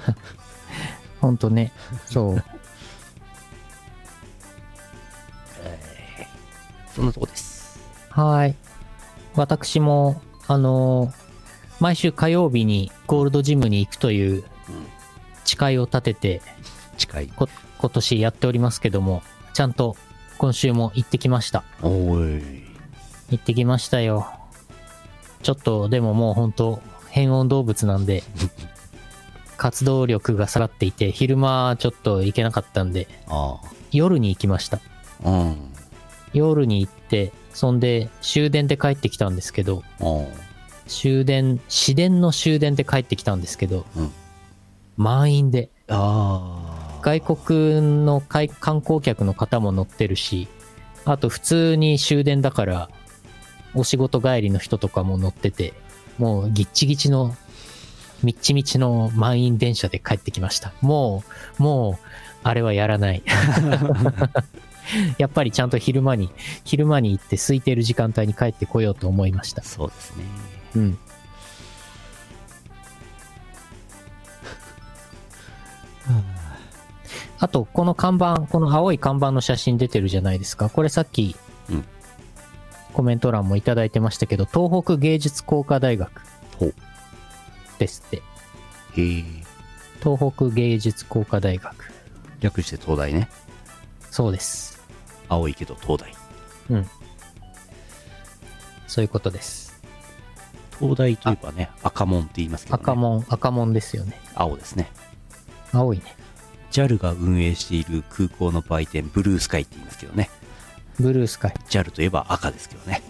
Speaker 2: ほんとね。そう。
Speaker 1: そんなとこです
Speaker 2: はい。私も、あのー毎週火曜日にゴールドジムに行くという誓いを立てて、
Speaker 1: 近い
Speaker 2: こ今年やっておりますけども、ちゃんと今週も行ってきました。
Speaker 1: おーい
Speaker 2: 行ってきましたよ。ちょっと、でももう本当変温動物なんで、活動力がさらっていて、昼間ちょっと行けなかったんで、
Speaker 1: あ
Speaker 2: 夜に行きました。
Speaker 1: あうん
Speaker 2: 夜に行って、そんで終電で帰ってきたんですけど、
Speaker 1: おー
Speaker 2: 終電、市電の終電で帰ってきたんですけど、
Speaker 1: うん
Speaker 2: 満員で、
Speaker 1: ああ
Speaker 2: 外国のかい観光客の方も乗ってるし、あと普通に終電だから、お仕事帰りの人とかも乗ってて、もうギッチギチの、みっちみちの満員電車で帰ってきました。もう、もう、あれはや らない。やっぱりちゃんと昼間に、昼間に行って空いてる時間帯に帰ってこようと思いました。
Speaker 1: そうですね
Speaker 2: うん。 あと、この看板、この青い看板の写真出てるじゃないですか。これさっき、
Speaker 1: うん
Speaker 2: コメント欄もいただいてましたけど、東北芸術工科大学
Speaker 1: ほう
Speaker 2: ですって。
Speaker 1: へえ
Speaker 2: 東北芸術工科大学。
Speaker 1: 略して東大ね
Speaker 2: そうです。
Speaker 1: 青いけど東大
Speaker 2: そういうことです。
Speaker 1: 東大といえばね赤門って言いますけど、ね、
Speaker 2: 赤門、赤門ですよね。
Speaker 1: 青ですね
Speaker 2: 青いね。
Speaker 1: JAL が運営している空港の売店ブルースカイって言いますけどね
Speaker 2: ブルースカイ。
Speaker 1: JAL といえば赤ですけど ね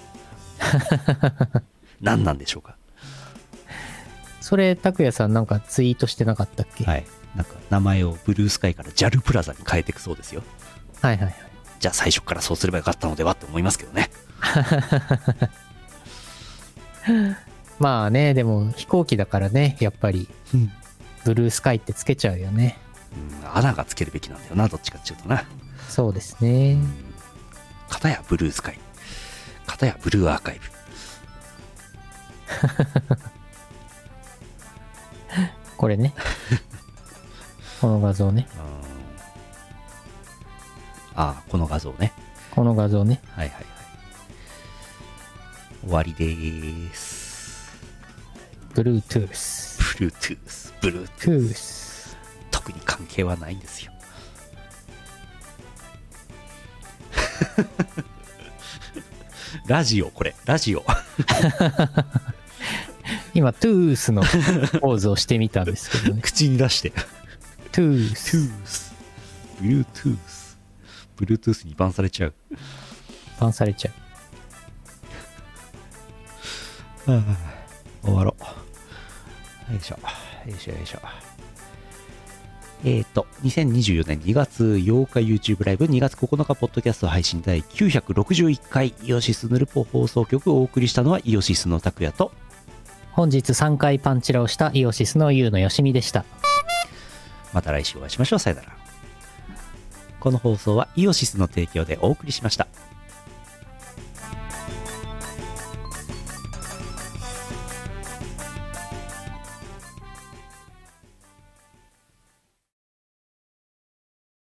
Speaker 1: 何なんでしょうか
Speaker 2: それ、拓也さんなんかツイートしてなかったっけ、
Speaker 1: はい、なんか名前をブルースカイから JAL プラザに変えていくそうですよ
Speaker 2: はいはいはい。
Speaker 1: じゃあ最初からそうすればよかったのではって思いますけどね
Speaker 2: まあね、でも飛行機だからね、やっぱり、ブルースカイってつけちゃうよね。
Speaker 1: うん穴がつけるべきなんだよなどっちかっていうとな
Speaker 2: そうですね。
Speaker 1: 片やブルースカイ片やブルーアーカイブ
Speaker 2: これね。 この画像ね。
Speaker 1: うんああこの画像ね
Speaker 2: この画像ね。
Speaker 1: はいはいはい終わりでーす
Speaker 2: Bluetooth。
Speaker 1: Bluetooth Bluetooth
Speaker 2: Tooth。
Speaker 1: 特に関係はないんですよ ラジオこれラジオ
Speaker 2: 今、Tooth のポーズをしてみたんで すけどね。
Speaker 1: 口に出して
Speaker 2: Tooth。
Speaker 1: Tooth Bluetooth Bluetooth にバンされちゃう
Speaker 2: パンされちゃう。
Speaker 1: 終わろうよいしょよいしょよいしょえっ、と2024年2月8日 YouTube ライブ2月9日ポッドキャスト配信第961回イオシスヌルポ放送局をお送りしたのはイオシスの拓也と
Speaker 2: 本日3回パンチラをしたイオシスの U のよしみでした。
Speaker 1: また来週お会いしましょう。さよなら。この放送はイオシスの提供でお送りしました。